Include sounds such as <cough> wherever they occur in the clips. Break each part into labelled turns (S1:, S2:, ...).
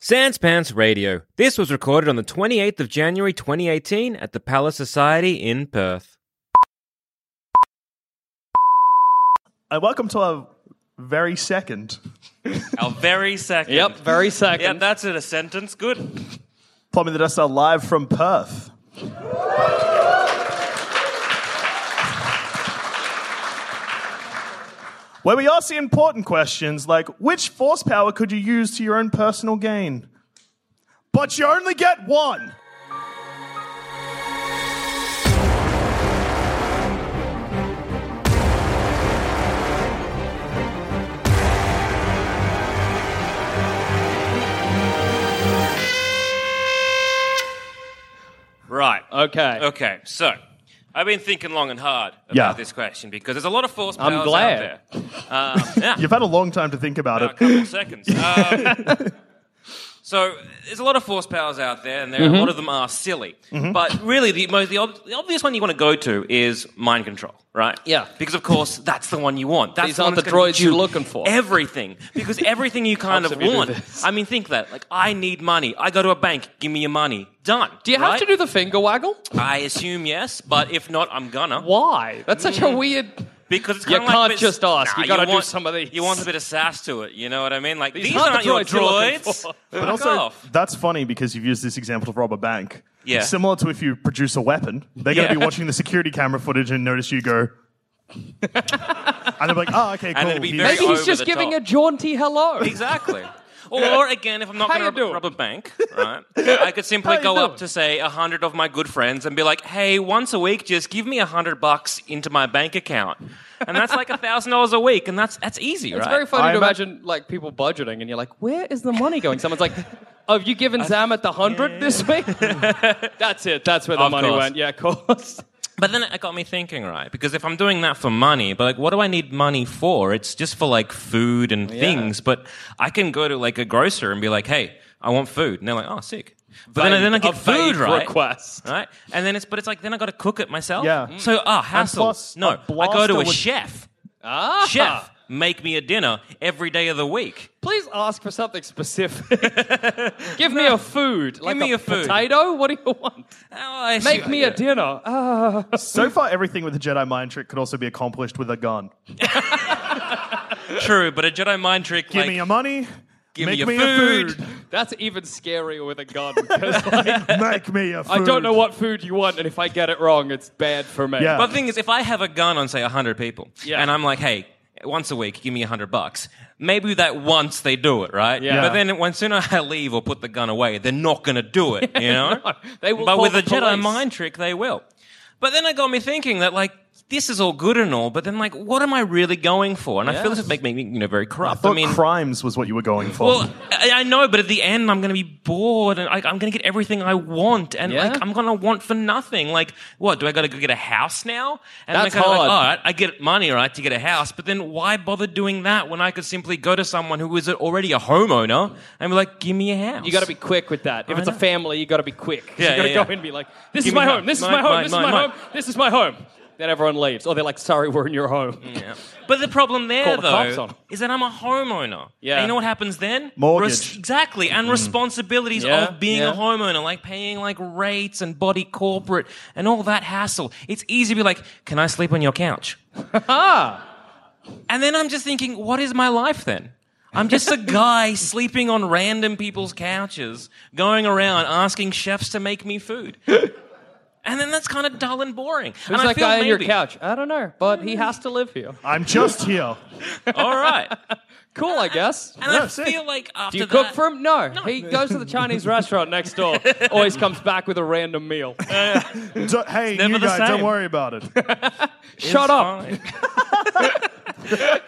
S1: Sans Pants Radio. This was recorded on the 28th of January 2018 at the Palace Society in Perth.
S2: And welcome to our very second
S3: Our very second.
S4: Yep, very second.
S3: Yeah, that's in a sentence. Good.
S2: Plumbing the Dust Are live from Perth. Where we ask the important questions like which force power could you use to your own personal gain? But you only get one!
S3: Right.
S4: Okay.
S3: Okay. So, I've been thinking long and hard about
S2: Yeah.
S3: this question because there's a lot of force powers
S4: I'm glad.
S3: out there. Um,
S4: <laughs>
S3: yeah.
S2: You've had a long time to think about
S3: a
S2: it.
S3: couple of seconds. Um, so there's a lot of force powers out there, and there,
S4: Mm-hmm.
S3: a lot of them are silly. But really, the most the, ob- the obvious one you want to go to is mind control, right?
S4: Yeah.
S3: Because of course that's the one you want. That's
S4: These
S3: the one
S4: aren't the
S3: that's gonna
S4: droids
S3: get
S4: you're looking for.
S3: Everything,
S4: <laughs>
S3: because everything you kind of
S4: Helps if you do
S3: want.
S4: this.
S3: I mean, think that. Like, I need money. I go to a bank. Give me your money. Done.
S4: Do you have to do the finger waggle?
S3: I assume yes, but if not, I'm gonna.
S4: Why? That's such a weird.
S3: Because it's
S4: You
S3: kinda like
S4: can't
S3: a bit-
S4: just ask. You gotta do
S3: want-
S4: some of these.
S3: You want a bit of sass to it. You know what I mean? Like these,
S4: aren't the
S3: aren't, your
S4: droids you're looking <laughs>
S3: droids. Fuck
S4: for.
S2: And also,
S3: off.
S2: that's funny because you've used this example to rob a bank.
S3: Yeah.
S2: Similar to if you produce a weapon, they're going to
S3: Yeah.
S2: be watching the security camera footage and notice you go. <laughs> and they're like, oh, okay, cool.
S3: it'd be
S2: he's-
S3: very
S4: Maybe
S3: Over
S4: he's just
S3: the
S4: giving
S3: top.
S4: a jaunty hello. <laughs>
S3: Exactly. Or again, if I'm not
S4: How
S3: going to
S4: you
S3: rob,
S4: doing?
S3: rob a
S4: <laughs>
S3: bank, right? I could simply
S4: How you
S3: go up
S4: doing?
S3: to say a hundred of my good friends and be like, "Hey, once a week, just give me a hundred bucks into my bank account," and that's like a thousand dollars a week, and that's that's easy,
S4: It's
S3: right?
S4: very funny
S2: I
S4: to
S2: ima-
S4: imagine like people budgeting, and you're like, "Where is the money going?" Someone's like, "Oh, have
S3: <laughs>
S4: you given Zamet the hundred this week?" That's it. That's where the
S3: Of
S4: money
S3: course.
S4: went. Yeah, of course.
S3: But then it got me thinking, right? Because if I'm doing that for money, but like, what do I need money for? It's just for like food and things. But I can go to like a grocer and be like, "Hey, I want food," and they're like, "Oh, sick." But then,
S4: Vague-
S3: then I
S4: a
S3: get
S4: vague
S3: food, right?
S4: request.
S3: right? And then it's but it's like then I got to cook it myself.
S2: Yeah. Mm.
S3: So ah, hassle.
S2: plus, a
S3: no, I go
S2: blaster
S3: to a
S2: would-
S3: chef. Ah.
S2: <laughs>
S3: Chef, make me a dinner every day of the week.
S4: Please ask for
S3: <laughs>
S4: something specific. Give me a food. Give like
S3: me a food.
S4: potato. What do you want?
S3: Oh, I
S4: Make
S3: see.
S4: me a dinner. Ah.
S2: so far, everything with the Jedi mind trick could also be accomplished with a gun.
S3: true, but a Jedi mind trick.
S2: Give
S3: like,
S2: me your money.
S3: give
S2: make
S3: me your
S2: me
S3: food.
S2: a food.
S4: That's even scarier with
S3: <laughs>
S4: a gun. 'cause, like,
S2: make me a food.
S4: <laughs> I don't know what food you want, and if I get it wrong, it's bad for me.
S2: Yeah.
S3: But the thing is, if I have a gun on, say, 100 people,
S4: Yeah.
S3: and I'm like, hey, once a week, give me 100 bucks, maybe that once they do it, right?
S4: Yeah.
S3: But then when sooner I leave or put the gun away, they're not going to do
S4: <laughs>
S3: it, you know?
S4: No, they will
S3: but
S4: call
S3: with
S4: the
S3: a Jedi
S4: police.
S3: mind trick, they will. But then it got me thinking that, like, this is all good and all, but then, like, what am I really going for? And I feel this would make me, you know, very
S2: I
S3: corrupt.
S2: thought
S3: mean,
S2: crimes was what you were going for.
S3: well, I, I know, but at the end, I'm going to be bored, and like, I'm going to get everything I want, and
S4: Yeah.
S3: like, I'm going to want for nothing. Like, what do I got to go get a house now? And
S4: That's
S3: I'm kinda
S4: hard.
S3: Like, All right, I get money, right, to get a house, but then why bother doing that when I could simply go to someone who is already a homeowner and be like, "Give me a house."
S4: You got to be quick with that. If
S3: I
S4: it's a
S3: know.
S4: family, you got to be quick.
S3: Yeah,
S4: you got to
S3: yeah,
S4: go
S3: yeah.
S4: in and be like, "This
S3: Give
S4: is my
S3: me
S4: home. This is
S3: mine,
S4: my home.
S3: mine,
S4: This
S3: mine,
S4: is my
S3: mine."
S4: home. This is my home." Then everyone leaves, or they're like, "Sorry, we're in your home."
S3: Yeah. But the problem there,
S4: Call the cops
S3: though,
S4: on 'em.
S3: is that I'm a homeowner.
S4: Yeah.
S3: And you know what happens then?
S2: Mortgage.
S3: exactly. And responsibilities
S4: Yeah,
S3: of being
S4: yeah.
S3: a homeowner, like paying like rates and body corporate and all that hassle. It's easy to be like, can I sleep on your couch? and then I'm just thinking, what is my life then? I'm just a
S4: <laughs>
S3: guy sleeping on random people's couches, going around asking chefs to make me food.
S4: <laughs>
S3: And then that's kind of dull and boring.
S4: Who's
S3: and I
S4: that
S3: feel
S4: guy on your
S3: maybe-
S4: couch? I don't know, but he has to live here.
S2: I'm just here.
S3: All
S4: <laughs>
S3: right.
S4: Cool, I guess.
S3: And
S2: Yeah,
S3: I
S2: sick.
S3: feel like after
S4: Do you
S3: that,
S4: cook for him? No. He goes to the Chinese restaurant
S3: <laughs>
S4: next door. Always comes back with a random meal.
S2: Do- hey,
S3: never
S2: you
S3: the
S2: guys, don't
S3: same.
S2: worry
S3: <laughs>
S2: about it.
S4: Shut up.
S3: Fine. <laughs> and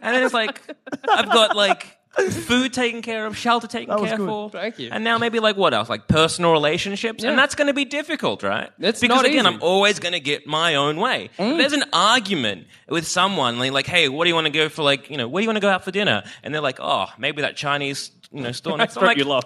S3: then it's like I've got like food taken care of, shelter taken
S2: was
S3: care
S2: good.
S3: for.
S4: Thank you.
S3: And now maybe like what else? Like personal relationships,
S4: Yeah.
S3: and that's going to be difficult, right?
S4: It's
S3: because
S4: not
S3: again,
S4: easy.
S3: I'm always going to get my own way.
S4: Mm.
S3: If there's an argument with someone, like, like, hey, what do you want to go for? Like, you know, where do you want to go out for dinner? And they're like, oh, maybe that Chinese, you know,
S4: <laughs>
S3: store next. I'm like,
S4: Restaurant you love.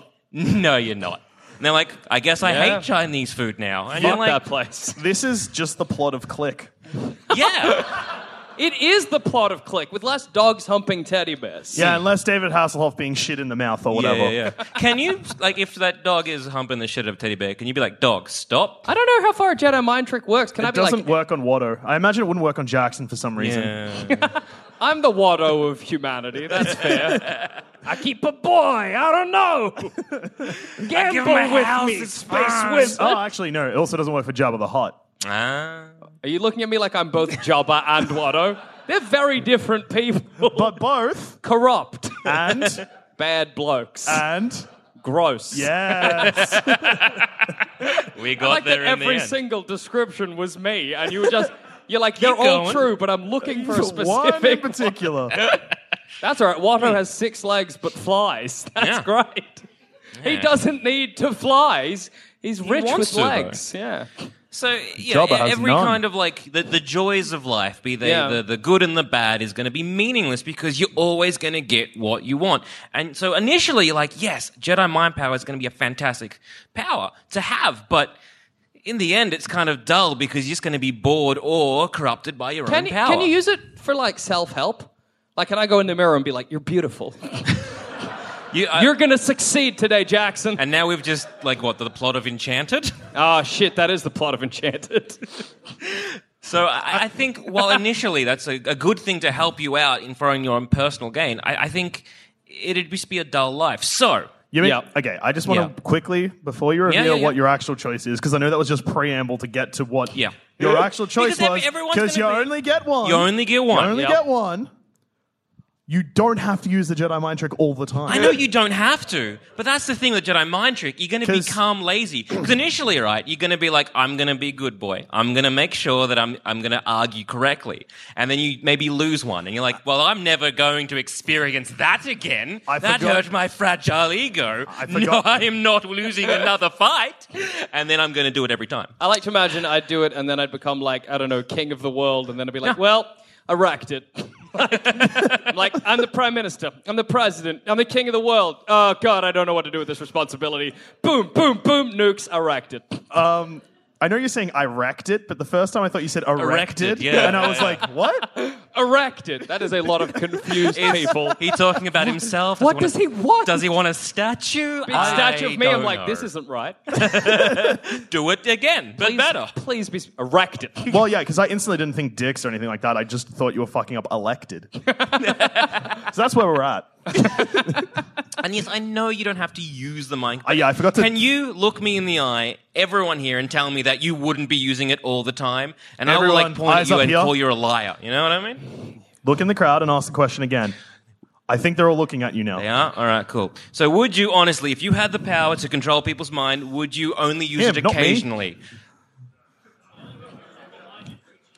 S3: No, you're not. And they're like, I guess I
S4: Yeah.
S3: hate Chinese food now. And
S4: Fuck
S3: you're like,
S4: that place.
S2: This is just the plot of
S3: <laughs>
S2: Click.
S4: <laughs>
S3: yeah.
S4: It is the plot of Click with less dogs humping teddy bears.
S2: Yeah, unless David Hasselhoff being shit in the mouth or
S3: Yeah,
S2: whatever.
S3: yeah, yeah. can you like if that dog is humping the shit out of teddy bear? Can you be like, dog, stop?
S4: I don't know how far a Jedi mind trick works. Can I
S2: It
S4: be
S2: doesn't
S4: like,
S2: work on Watto. I imagine it wouldn't work on Jackson for some reason.
S3: Uh,
S4: I'm the Watto of humanity. That's fair. I keep a boy. I don't know. Gamble with me, space wizard.
S2: Oh, actually, no. It also doesn't work for Jabba the Hutt.
S3: Ah.
S4: Are you looking at me like I'm both Jabba and Watto? They're very different people. <laughs>
S2: But both.
S4: Corrupt,
S2: And.
S4: bad blokes, <laughs>
S2: and.
S4: gross.
S2: Yes. <laughs>
S3: we
S4: I
S3: got
S4: like that
S3: there in the
S4: every
S3: end.
S4: single description was me, and you were just. You're like, they're all
S3: going.
S4: true, but I'm looking for a
S2: One in
S4: specific.
S2: particular.
S4: That's all right. Watto has six legs but flies. <laughs>
S3: Hmm.
S4: That's
S3: Yeah.
S4: great. He doesn't need to flies. He's rich
S3: wants
S4: with
S3: to, though.
S4: legs. Yeah.
S3: so yeah,
S2: Jabba has
S3: every
S2: none.
S3: kind of like the, the joys of life, be they
S4: Yeah.
S3: the, the good and the bad, is going to be meaningless because you're always going to get what you want. And so initially, you're like, yes, Jedi mind power is going to be a fantastic power to have, but. In the end, it's kind of dull because you're just going to be bored or corrupted by your
S4: Can
S3: own
S4: you,
S3: power.
S4: can you use it for like self help? Like, can I go in the mirror and be like, "You're beautiful.
S3: You- uh, I-
S4: You're gonna succeed
S3: <laughs>
S4: today, Jackson."
S3: And now we've just like what the plot of Enchanted. <laughs>
S4: Ah, shit, that is the plot of Enchanted. <laughs>
S3: So I, I think while initially that's a, a good thing to help you out in throwing your own personal gain, I, I think it'd just be a dull life. So
S2: You mean,
S4: Yeah.
S2: Okay, I just want to
S3: Yeah.
S2: quickly, before you reveal
S3: yeah, yeah.
S2: what your actual choice is, because I know that was just preamble to get to what
S3: Yeah.
S2: your actual choice
S3: Because every-
S2: was.
S3: everyone's
S2: Because you
S3: gonna be-
S2: only get one.
S3: you only get one.
S2: You only
S3: Yeah.
S2: get one. You don't have to use the Jedi mind trick all the time.
S3: I know you don't have to, but that's the thing with Jedi mind trick. You're going to
S2: 'Cause-
S3: become lazy. Because initially, right, you're going to be like, I'm going to be a good boy. I'm going to make sure that I'm, I'm going to argue correctly. And then you maybe lose one and you're like, well, I'm never going to experience that again.
S2: I
S3: that
S2: forgot-
S3: hurt my fragile ego.
S2: I
S3: no,
S2: forgot-
S3: I am not losing another fight. And then I'm going to do it every time.
S4: I like to imagine I'd do it, and then I'd become like, I don't know, king of the world, and then I'd be like, "Well, I racked it." <laughs> I'm like, I'm the prime minister. I'm the president. I'm the king of the world. Oh God, I don't know what to do with this responsibility. Boom, boom, boom. Nukes. I racked it.
S2: I know you're saying I wrecked it, but the first time I thought you said erected,
S3: Erected, yeah.
S2: and I
S3: <laughs>
S2: was like, what?
S4: Erected. That is a lot of confused people.
S3: He talking about himself.
S4: <laughs> What
S3: he
S4: does he want?
S3: Does he want a statue?
S4: Big statue of me. I'm like, this
S3: is
S4: isn't right.
S3: do it again, but
S4: Please-
S3: better.
S4: Please be erected.
S2: Well, yeah, because I instantly didn't think dicks or anything like that. I just thought you were fucking up
S3: <laughs>
S2: elected. so that's where we're at.
S3: And yes, I know you don't have to use the mic.
S2: Uh, yeah, I forgot to.
S3: Can you look me in the eye, everyone here, and tell me that you wouldn't be using it all the time? And I will
S2: Everyone,
S3: like point at
S2: eyes
S3: you
S2: up
S3: and
S2: here.
S3: call you a liar. You know what I mean?
S2: Look in the crowd and ask the question again. I think they're all looking at you now.
S3: Yeah. All right. Cool. So, would you honestly, if you had the power to control people's mind, would you only use
S2: Him,
S3: it
S2: not me.
S3: occasionally?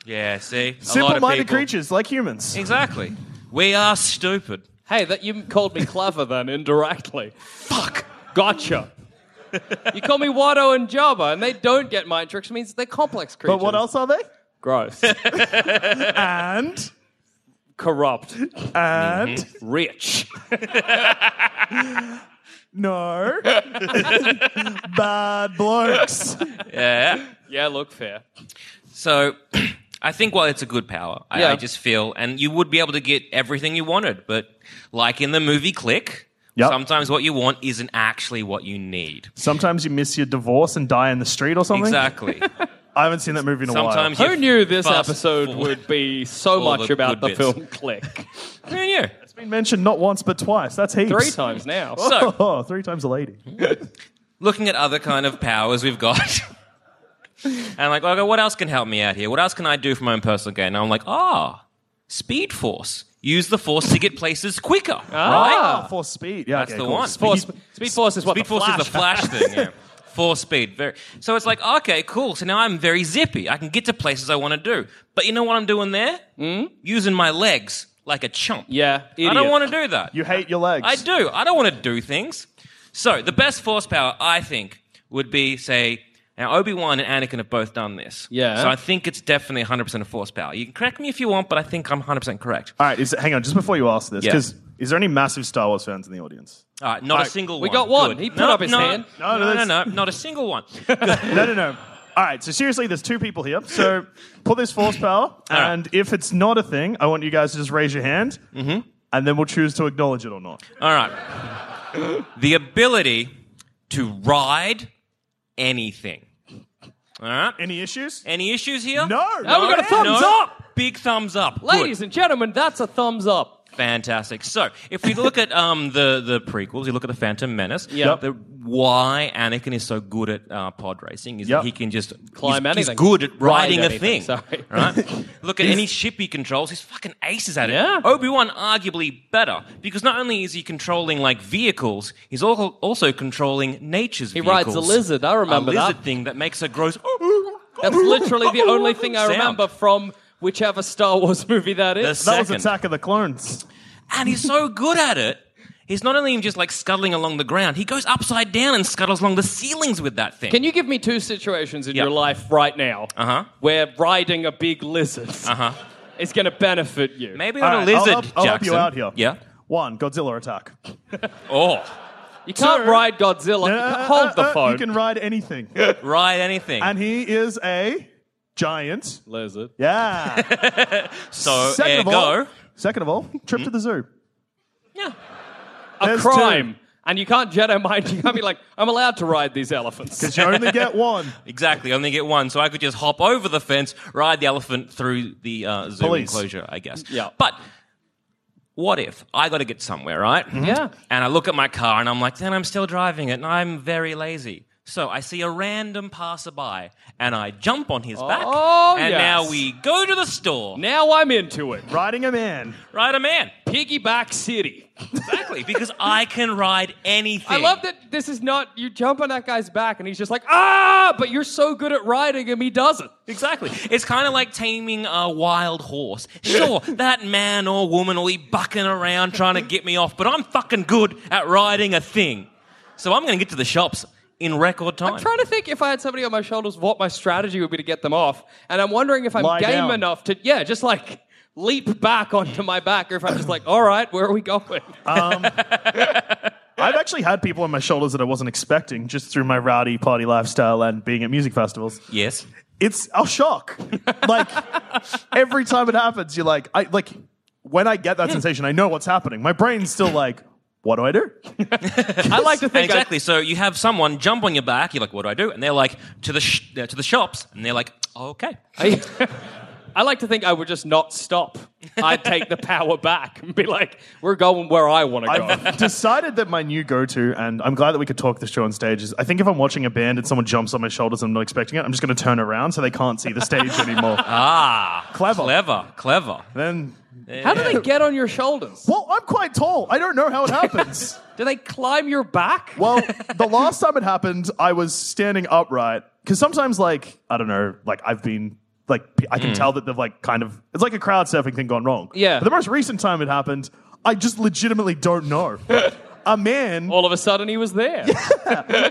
S3: Yeah. See, a lot of
S2: Simple-minded
S3: people-
S2: creatures like humans.
S3: Exactly. We are stupid.
S4: Hey, that you called me clever then indirectly. Fuck. Gotcha. you call me Watto and Jabba, and they don't get mind tricks. Means they're complex creatures.
S2: But what else are they?
S4: Gross. <laughs>
S2: And
S4: Corrupt.
S2: and
S4: Rich.
S2: no
S3: Mm-hmm. <laughs>
S2: bad blokes.
S3: Yeah.
S4: Yeah, look fair.
S3: So <clears throat> I think while it's a good power, I,
S4: Yeah.
S3: I just feel, and you would be able to get everything you wanted, but like in the movie Click,
S2: Yep.
S3: sometimes what you want isn't actually what you need.
S2: Sometimes you miss your divorce and die in the street or something. <laughs>
S3: Exactly.
S2: I haven't seen that movie in a
S3: Sometimes <laughs>
S2: while.
S3: you
S4: Who knew this
S3: fast
S4: episode
S3: forward.
S4: would be so
S3: all
S4: much
S3: the
S4: about the
S3: good bits.
S4: film Click?
S3: Who knew?
S2: been mentioned not once but twice. That's heaps.
S4: Three times now.
S3: <laughs> So-
S2: <laughs> Oh, three times a lady.
S3: looking at other kind of powers we've got. <laughs> and like, okay, what else can help me out here? What else can I do for my own personal gain? And I'm like, ah, speed force. Use the force to get places quicker,
S2: Ah,
S3: right?
S2: for speed. Yeah,
S3: That's
S2: okay,
S3: the
S2: cool.
S3: one.
S4: Force- Speed Force is what
S3: Speed
S4: the
S3: force
S4: Flash-
S3: is the flash thing.
S4: <laughs>
S3: Yeah. Four speed, very. So it's like, okay, cool. So now I'm very zippy. I can get to places I want to do. But you know what I'm doing there? Mm? Using my legs like a chump.
S4: Hmm? Yeah,
S3: I
S4: idiot.
S3: don't want to do that.
S2: You hate your legs.
S3: I do. I don't want to do things. So the best force power, I think, would be say. Now Obi Wan and Anakin have both done this.
S4: Yeah.
S3: So I think it's definitely 100% of force power. You can correct me if you want, but I think I'm 100% correct.
S2: All right, is, hang on, just before you ask this,
S3: Yeah.
S2: because is there any massive Star Wars fans in the audience?
S3: All right, not a single
S4: we
S3: one.
S4: got one.
S3: Good.
S4: He put
S3: no,
S4: up his
S3: no,
S4: hand.
S3: No, no, no,
S2: that's-
S3: no, not a single
S4: <laughs>
S3: one.
S2: No, no, no. All right, so seriously, there's two people here. So pull this force power,
S3: right.
S2: and if it's not a thing, I want you guys to just raise your hand,
S3: Mm-hmm.
S2: and then we'll choose to acknowledge it or not.
S3: All right. The ability to ride anything. All right.
S2: Any issues?
S3: Any issues here?
S2: No.
S4: Oh, we got a thumbs
S3: No.
S4: up.
S3: Big thumbs up. Good.
S4: Ladies and gentlemen, that's a thumbs up.
S3: Fantastic. So, if we look at um, the the prequels, you look at the Phantom Menace.
S4: Yeah.
S3: The, why Anakin is so good at uh, pod racing is
S2: Yep.
S3: that he can just
S4: Climb
S3: he's,
S4: anything.
S3: He's good at
S4: Ride
S3: riding a thing.
S4: anything, sorry.
S3: Right. look at any ship he controls. He's fucking aces at it.
S4: Yeah.
S3: Obi Wan arguably better because not only is he controlling like vehicles, he's also also controlling nature's.
S4: He rides a lizard. I remember
S3: a lizard
S4: that.
S3: thing that makes a <gasps> gross.
S4: <laughs> That's literally the
S3: <laughs>
S4: only thing I
S3: sound.
S4: remember from whichever Star Wars movie that
S3: The
S4: is.
S2: That was
S3: second.
S2: Attack of the Clones.
S3: and he's so good at it. He's not only just like scuttling along the ground, he goes upside down and scuttles along the ceilings with that thing.
S4: Can you give me two situations in
S3: Yeah.
S4: your life right now
S3: Uh-huh.
S4: where riding a big lizard
S2: Uh-huh.
S4: is going to benefit you?
S3: Maybe not
S2: All
S3: a
S2: right, I'll
S3: lizard,
S2: help- I'll help you
S3: Jackson.
S2: out here.
S3: Yeah.
S2: One, Godzilla attack.
S3: Oh,
S4: You can't
S2: Two.
S4: ride Godzilla. You can't hold the
S2: Uh, uh,
S4: phone.
S2: You can ride anything.
S3: ride anything.
S2: and he is a
S3: <laughs>
S2: giant.
S4: lizard.
S2: Yeah.
S3: so
S2: second of
S3: ergo,
S2: all, second of all, trip to the zoo.
S3: yeah.
S4: A
S2: There's
S4: crime. And you can't Jedi mind. You can't be like, I'm allowed to ride these elephants.
S2: You only get one.
S3: Exactly. I Only get one, so I could just hop over the fence, ride the elephant through the uh, zoo
S2: Police.
S3: enclosure, I guess.
S4: Yeah.
S3: But what if I got to get somewhere, right?
S4: Yeah.
S3: And I look at my car and I'm like, then I'm still driving it and I'm very lazy. So I see a random passerby and I jump on his back.
S4: Oh,
S3: and
S4: yes.
S3: now we go to the store.
S4: Now I'm into it.
S2: Riding a man.
S3: Ride a man.
S4: Piggyback City.
S3: Exactly, because I can ride anything.
S4: I love that this is not, you jump on that guy's back and he's just like, ah, but you're so good at riding him, he doesn't.
S3: Exactly. It's kind of like taming a wild horse. <laughs> Sure, that man or woman will be bucking around trying to get me off, but I'm fucking good at riding a thing. So I'm going to get to the shops in record time.
S4: I'm trying to think if I had somebody on my shoulders, what my strategy would be to get them off. And I'm wondering if I'm
S2: Lie
S4: game
S2: down.
S4: enough to, yeah, just like leap back onto my back, or if I'm just like, all right, where are we
S2: <laughs>
S4: going?
S2: Um, I've actually had people on my shoulders that I wasn't expecting just through my rowdy party lifestyle and being at music festivals.
S3: <laughs> yes.
S2: It's a shock. like every time it happens, you're like, I like when I get that sensation, I know what's happening. My brain's still like, what do I do?
S4: I like to think I-
S3: Exactly. So you have someone jump on your back. You're like, "What do I do?" And they're like, "To the sh- uh, to the shops." And they're like, "Okay."
S4: <laughs> I, I like to think I would just not stop. I'd take the power back and be like, we're going where I want to go.
S2: I've decided that my new go-to, and I'm glad that we could talk this show on stage. Is I think if I'm watching a band and someone jumps on my shoulders and I'm not expecting it, I'm just going to turn around so they can't see the stage anymore.
S3: Ah,
S2: Clever.
S3: clever, clever.
S2: Then,
S4: <laughs> How do they get on your shoulders?
S2: well, I'm quite tall. I don't know how it happens.
S4: Do they climb your back?
S2: Well, the last time it happened, I was standing upright because sometimes, like, I don't know, like I've been like p- I can tell that they've like kind of it's like a crowd surfing thing gone wrong.
S4: Mm. Yeah.
S2: But the most recent time it happened, I just legitimately don't know. a
S4: <laughs>
S2: man,
S4: All of a sudden, he was there.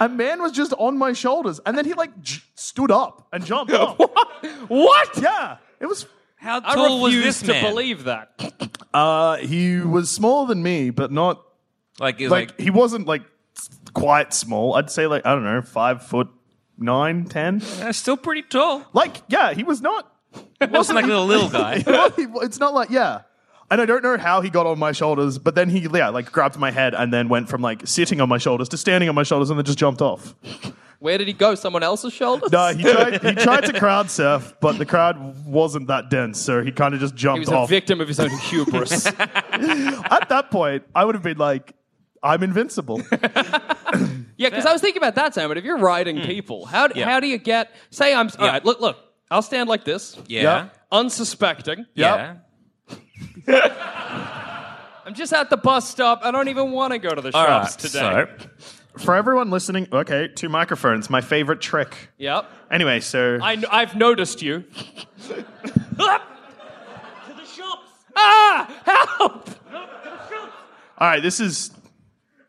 S2: a man was just on my shoulders, and then he like j- stood up and jumped up.
S4: <laughs> what?
S2: Yeah, it was.
S3: How
S4: I
S3: tall was
S4: refuse
S3: this
S4: to
S3: man?
S4: believe that.
S2: Uh, he was smaller than me, but not
S3: Like,
S2: like,
S3: like,
S2: he wasn't like s- quite small. I'd say like I don't know, five foot nine, ten.
S3: that's still pretty tall.
S2: Like, yeah, he was not.
S3: It wasn't like a little, little
S2: <laughs>
S3: guy.
S2: it's not like yeah. And I don't know how he got on my shoulders, but then he yeah, like grabbed my head and then went from like sitting on my shoulders to standing on my shoulders and then just jumped off.
S4: Where did he go? Someone else's shoulders?
S2: No, he tried, he tried to crowd surf, but the crowd wasn't that dense, so he kind of just
S4: he
S2: jumped
S4: was a
S2: off.
S4: victim of his own hubris.
S2: At that point, I would have been like, I'm
S4: <laughs>
S2: invincible.
S4: <laughs> Yeah, because I was thinking about that, Sam. But if you're riding people, how,
S3: Yeah.
S4: how do you get? Say I'm all
S3: Yeah.
S4: right. Look, look. I'll stand like this,
S3: <laughs> Yeah.
S2: Yeah.
S4: unsuspecting.
S3: Yeah.
S4: I'm just at the bus stop. I don't even want to go to the
S3: All right.
S4: shops today.
S3: So,
S2: For everyone listening, okay, two microphones, my favorite trick.
S4: Yep.
S2: Anyway, so
S4: I, have noticed you. Ah! Ah! Help!
S2: all right, this is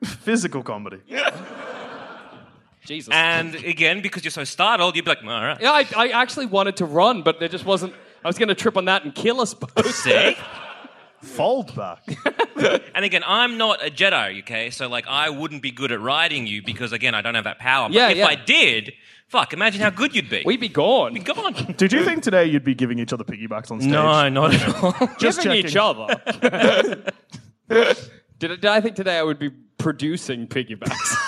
S2: physical comedy.
S4: Jesus.
S3: and again, because you're so startled, you'd be like, all right.
S4: yeah, I, I actually wanted to run, but there just wasn't. I was going to trip on that and kill us both.
S3: See?
S2: Fold back.
S3: And again, I'm not a Jedi, okay? So like, I wouldn't be good at riding you because again, I don't have that power. But
S4: Yeah,
S3: if
S4: yeah.
S3: I did, fuck, imagine how good you'd be.
S4: We'd be gone.
S3: Come on.
S2: Did you think today you'd be giving each other piggybacks on stage?
S3: No, not at all.
S2: just
S4: Giving each
S2: checking.
S4: other. <laughs> did, I- did I think today I would be producing piggybacks?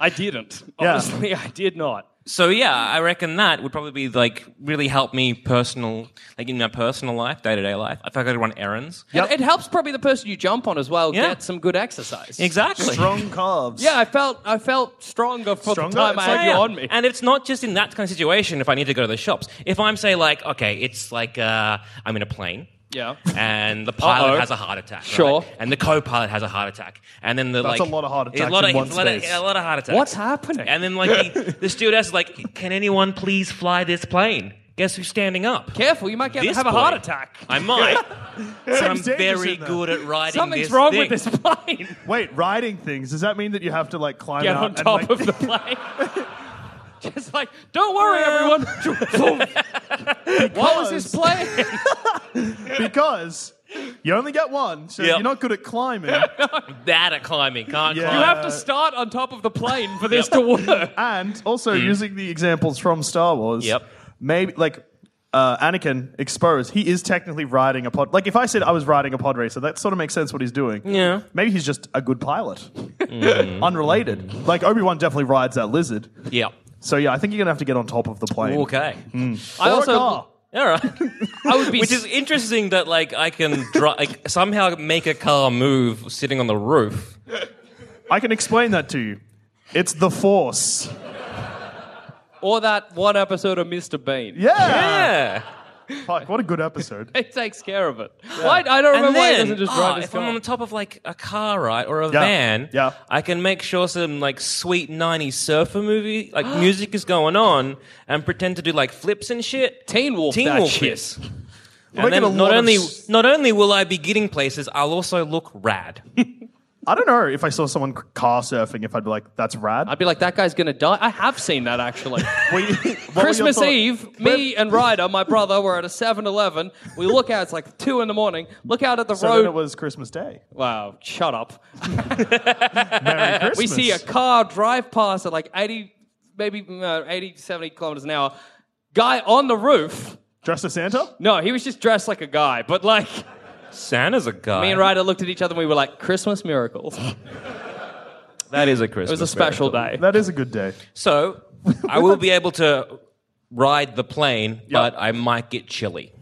S4: I didn't.
S2: Yeah.
S4: Honestly, I did not.
S3: <laughs> So yeah, I reckon that would probably be like really help me personal, like in my personal life, day to day life. If I go to run errands,
S4: It, it helps probably the person you jump on as well
S3: Yeah.
S4: get some good exercise.
S3: exactly.
S2: Strong calves.
S4: Yeah, I felt I felt stronger for
S2: Stronger? Oh,
S4: the time I
S2: It's
S4: had
S2: like-
S4: you
S3: Yeah.
S4: on me.
S3: And it's not just in that kind of situation. If I need to go to the shops, if I'm say like, okay, it's like uh, I'm in a plane.
S4: Yeah.
S3: And the pilot
S4: Uh-oh.
S3: has a heart attack. right?
S4: Sure.
S3: And the co-pilot has a heart attack. And then the
S2: That's
S3: like
S2: a lot of heart
S3: it's a
S2: attacks
S3: lot
S2: in
S3: of-
S2: one
S3: it's a lot of-
S2: space.
S3: A lot of heart attacks.
S4: What's happening?
S3: And then like
S4: <laughs>
S3: the, the stewardess is like, can anyone please fly this plane? Guess who's standing up?
S4: Careful, you might get
S3: This
S4: have a heart
S3: boy.
S4: attack.
S3: I
S4: <laughs>
S3: might. but I'm
S2: dangerous
S3: very
S2: in there.
S3: good at riding
S4: Something's
S3: this
S4: wrong
S3: thing.
S4: with this plane.
S2: Wait, riding things. Does that mean that you have to like climb
S4: get
S2: out
S4: on
S2: and,
S4: top
S2: like- <laughs>
S4: of the plane. <laughs> Just like, don't worry, everyone. <laughs> what was this plane?
S2: because you only get one, so
S3: Yep.
S2: you're not good at climbing.
S3: Bad at climbing. Can't
S2: Yeah.
S3: climb.
S4: You have to start on top of the plane for this to work.
S2: and also using the examples from Star Wars.
S3: Yep.
S2: Maybe like uh, Anakin exposed. He is technically riding a pod. Like if I said I was riding a pod racer, that sort of makes sense what he's doing.
S3: Yeah.
S2: Maybe he's just a good pilot, <laughs> unrelated. Like Obi Wan definitely rides that lizard.
S3: Yeah.
S2: So yeah, I think you're gonna have to get on top of the plane. Ah,
S3: Okay.
S4: I
S2: <laughs> Or a
S4: also,
S2: car.
S3: All right.
S4: I would be.
S3: Which is interesting that like I can dri- like somehow make a car move sitting on the roof.
S2: I can explain that to you. It's the Force.
S4: or that one episode of Mr. Bean.
S2: Yeah.
S3: Yeah.
S2: Fuck, what a
S3: <laughs>
S2: good episode.
S4: <laughs> It takes care of it. Why? I don't remember why he doesn't just
S3: oh,
S4: drive his
S3: if I'm
S4: car.
S3: on the top of like a car, right, or a
S2: Yeah.
S3: van,
S2: Yeah.
S3: I can make sure some like sweet '90s surfer movie <gasps> like music is going on and pretend to do like flips and shit.
S4: Teen Wolf
S3: Teen
S4: that
S3: Wolf <laughs>
S4: shit.
S3: kiss.
S2: We're
S3: And then
S2: getting a
S3: not
S2: lot of
S3: only
S2: s-
S3: not only will I be getting places, I'll also look <laughs> rad.
S2: I don't know if I saw someone c- car surfing, if I'd be like, that's rad.
S4: I'd be like, that guy's gonna die. I have seen that actually.
S2: <laughs> What you- what were your
S4: Christmas
S2: thought-
S4: Eve, me and Ryder, my brother, were at a 7-Eleven. We look out; it's like two in the morning. Look out at the
S2: So
S4: road.
S2: then it was Christmas Day.
S3: <laughs>
S4: wow, shut up.
S2: Merry Christmas.
S4: We see a car drive past at like 80, maybe mm, uh, 80, 70 kilometers an hour. Guy on the roof.
S2: <laughs> dressed as Santa.
S4: No, he was just dressed like a guy, but <laughs> like
S3: Santa's a guy.
S4: me and Ryder looked at each other and we were like, Christmas miracles. It
S3: That is a Christmas.
S4: was a special day.
S2: That is a good day.
S3: So I will be able to ride the plane, but I might get chilly.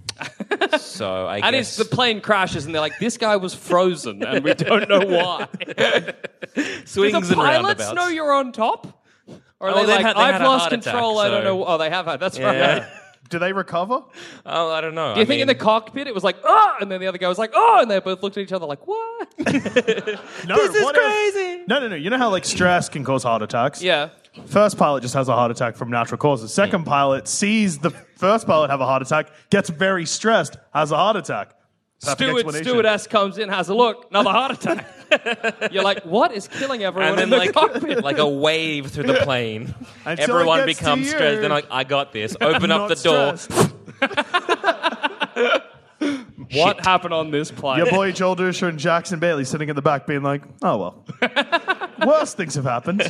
S4: <laughs>
S3: so I
S4: And it's
S3: guess
S4: the plane crashes and they're like, this guy was frozen and we don't <laughs> know why. Do
S3: swings and
S4: the pilots
S3: roundabouts.
S4: know you're on top? Or are
S3: Well,
S4: they
S3: they've
S4: like,
S3: had- they
S4: I've
S3: had a
S4: lost
S3: heart attack,
S4: control, I don't
S3: so-
S4: know. Oh, they have had, that's
S3: <laughs>
S4: right.
S3: Yeah.
S2: Do they recover?
S3: Oh, I don't know.
S4: Do you think in the cockpit it was like, oh, and then the other guy was like, oh, and they both looked at each other like, what?
S2: No.
S3: This is
S2: what if-
S3: crazy.
S2: no, no, no. You know how like stress can cause heart attacks.
S4: <laughs> yeah.
S2: First pilot just has a heart attack from natural causes. Second pilot sees the first pilot have a heart attack, gets very stressed, has a heart attack. Perfect
S4: Steward,
S2: explanation.
S4: stewardess comes in, has a look, another heart attack. <laughs> You're like, what is killing everyone
S3: and then
S4: in the
S3: like
S4: <laughs> cockpit?
S3: like a wave through
S4: <laughs>
S3: the plane.
S2: Until
S3: Everyone
S2: it gets to
S3: becomes
S2: you.
S3: stressed. They're like, I got
S4: <laughs>
S3: this. Open
S2: Not
S3: up the door.
S2: stressed.
S4: what happened on this plane?
S2: Your boy Joel Dusher and Jackson Bailey sitting in
S3: <laughs>
S2: the back, being like, "Oh well, worse things have happened."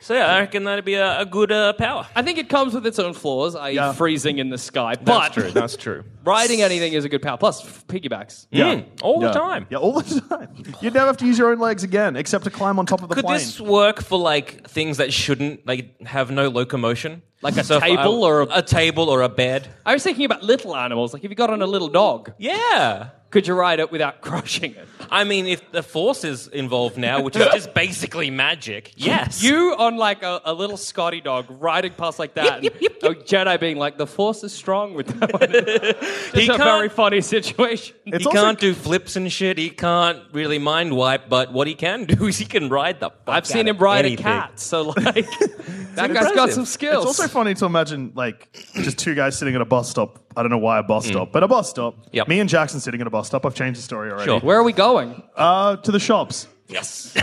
S3: So yeah, I reckon that'd be a, a good uh, power.
S4: I think it comes with its own flaws, i.e.,
S2: Yeah.
S4: freezing in the sky. But
S3: That's true. That's true.
S4: <laughs> riding anything is a good power. Plus, f- piggybacks.
S2: Yeah.
S3: Mm, all
S2: Yeah.
S3: the time.
S2: Yeah, all the time. You'd never have to use your own legs again, except to climb on top of the
S3: Could
S2: plane.
S3: this work for like things that shouldn't like have no locomotion,
S4: Like a
S3: So if I-
S4: table or a-
S3: a table or a bed?
S4: I was thinking about little animals. Like, if you got on a little dog,
S3: Yeah.
S4: could you ride it without <laughs> crushing it?
S3: I mean, if the force is involved now, which is just basically magic, yes.
S4: You on like a, a little Scotty dog riding past like that.
S3: Yep, yep, yep,
S4: and A Jedi being like, the force is strong with that one.
S3: <laughs> he
S4: it's a
S3: can't,
S4: very funny situation.
S3: he
S2: It's also-
S3: can't do flips and shit. He can't really mind wipe, but what he can do <laughs> is he can ride the. fuck
S4: I've seen
S3: out
S4: him
S3: of
S4: ride
S3: anything.
S4: a cat,
S3: <laughs>
S4: so like that guy's got
S3: impressive.
S4: some skills.
S2: It's also funny to imagine like just two guys sitting at a bus stop. I don't know why a bus stop, but a bus stop.
S3: Hmm. Yep.
S2: Me and Jackson sitting at a bus stop. I've changed the story already.
S3: Sure.
S4: Where are we going?
S2: Uh, to the shops.
S3: Yes.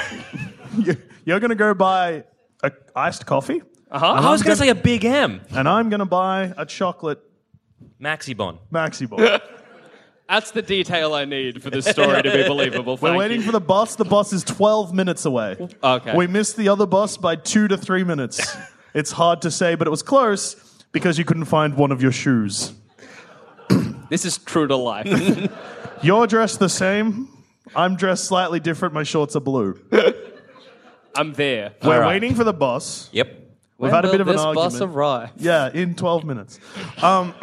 S2: You- You're going to go buy a iced coffee,
S3: <laughs> I was going to say a big M.
S2: and I'm going to buy a chocolate
S3: Maxi Bon.
S2: maxi ball.
S4: That's the detail I need for this story
S3: <laughs>
S4: to be believable.
S2: We're
S4: Thank
S2: waiting
S4: you.
S2: for the bus. The bus is 12 minutes away.
S4: Okay.
S2: We missed the other bus by two to three
S4: <laughs>
S2: minutes. it's hard to say, but it was close because you couldn't find one of your shoes.
S4: This is true
S2: <laughs>
S4: to life.
S2: You're dressed the same. I'm dressed slightly different. My shorts are blue.
S4: I'm there.
S2: We're
S3: All right.
S2: waiting for the bus.
S3: Yep.
S2: We've had a
S4: Will
S2: bit of an
S4: this
S2: argument.
S4: bus arrive?
S2: Yeah, in 12 minutes. Um,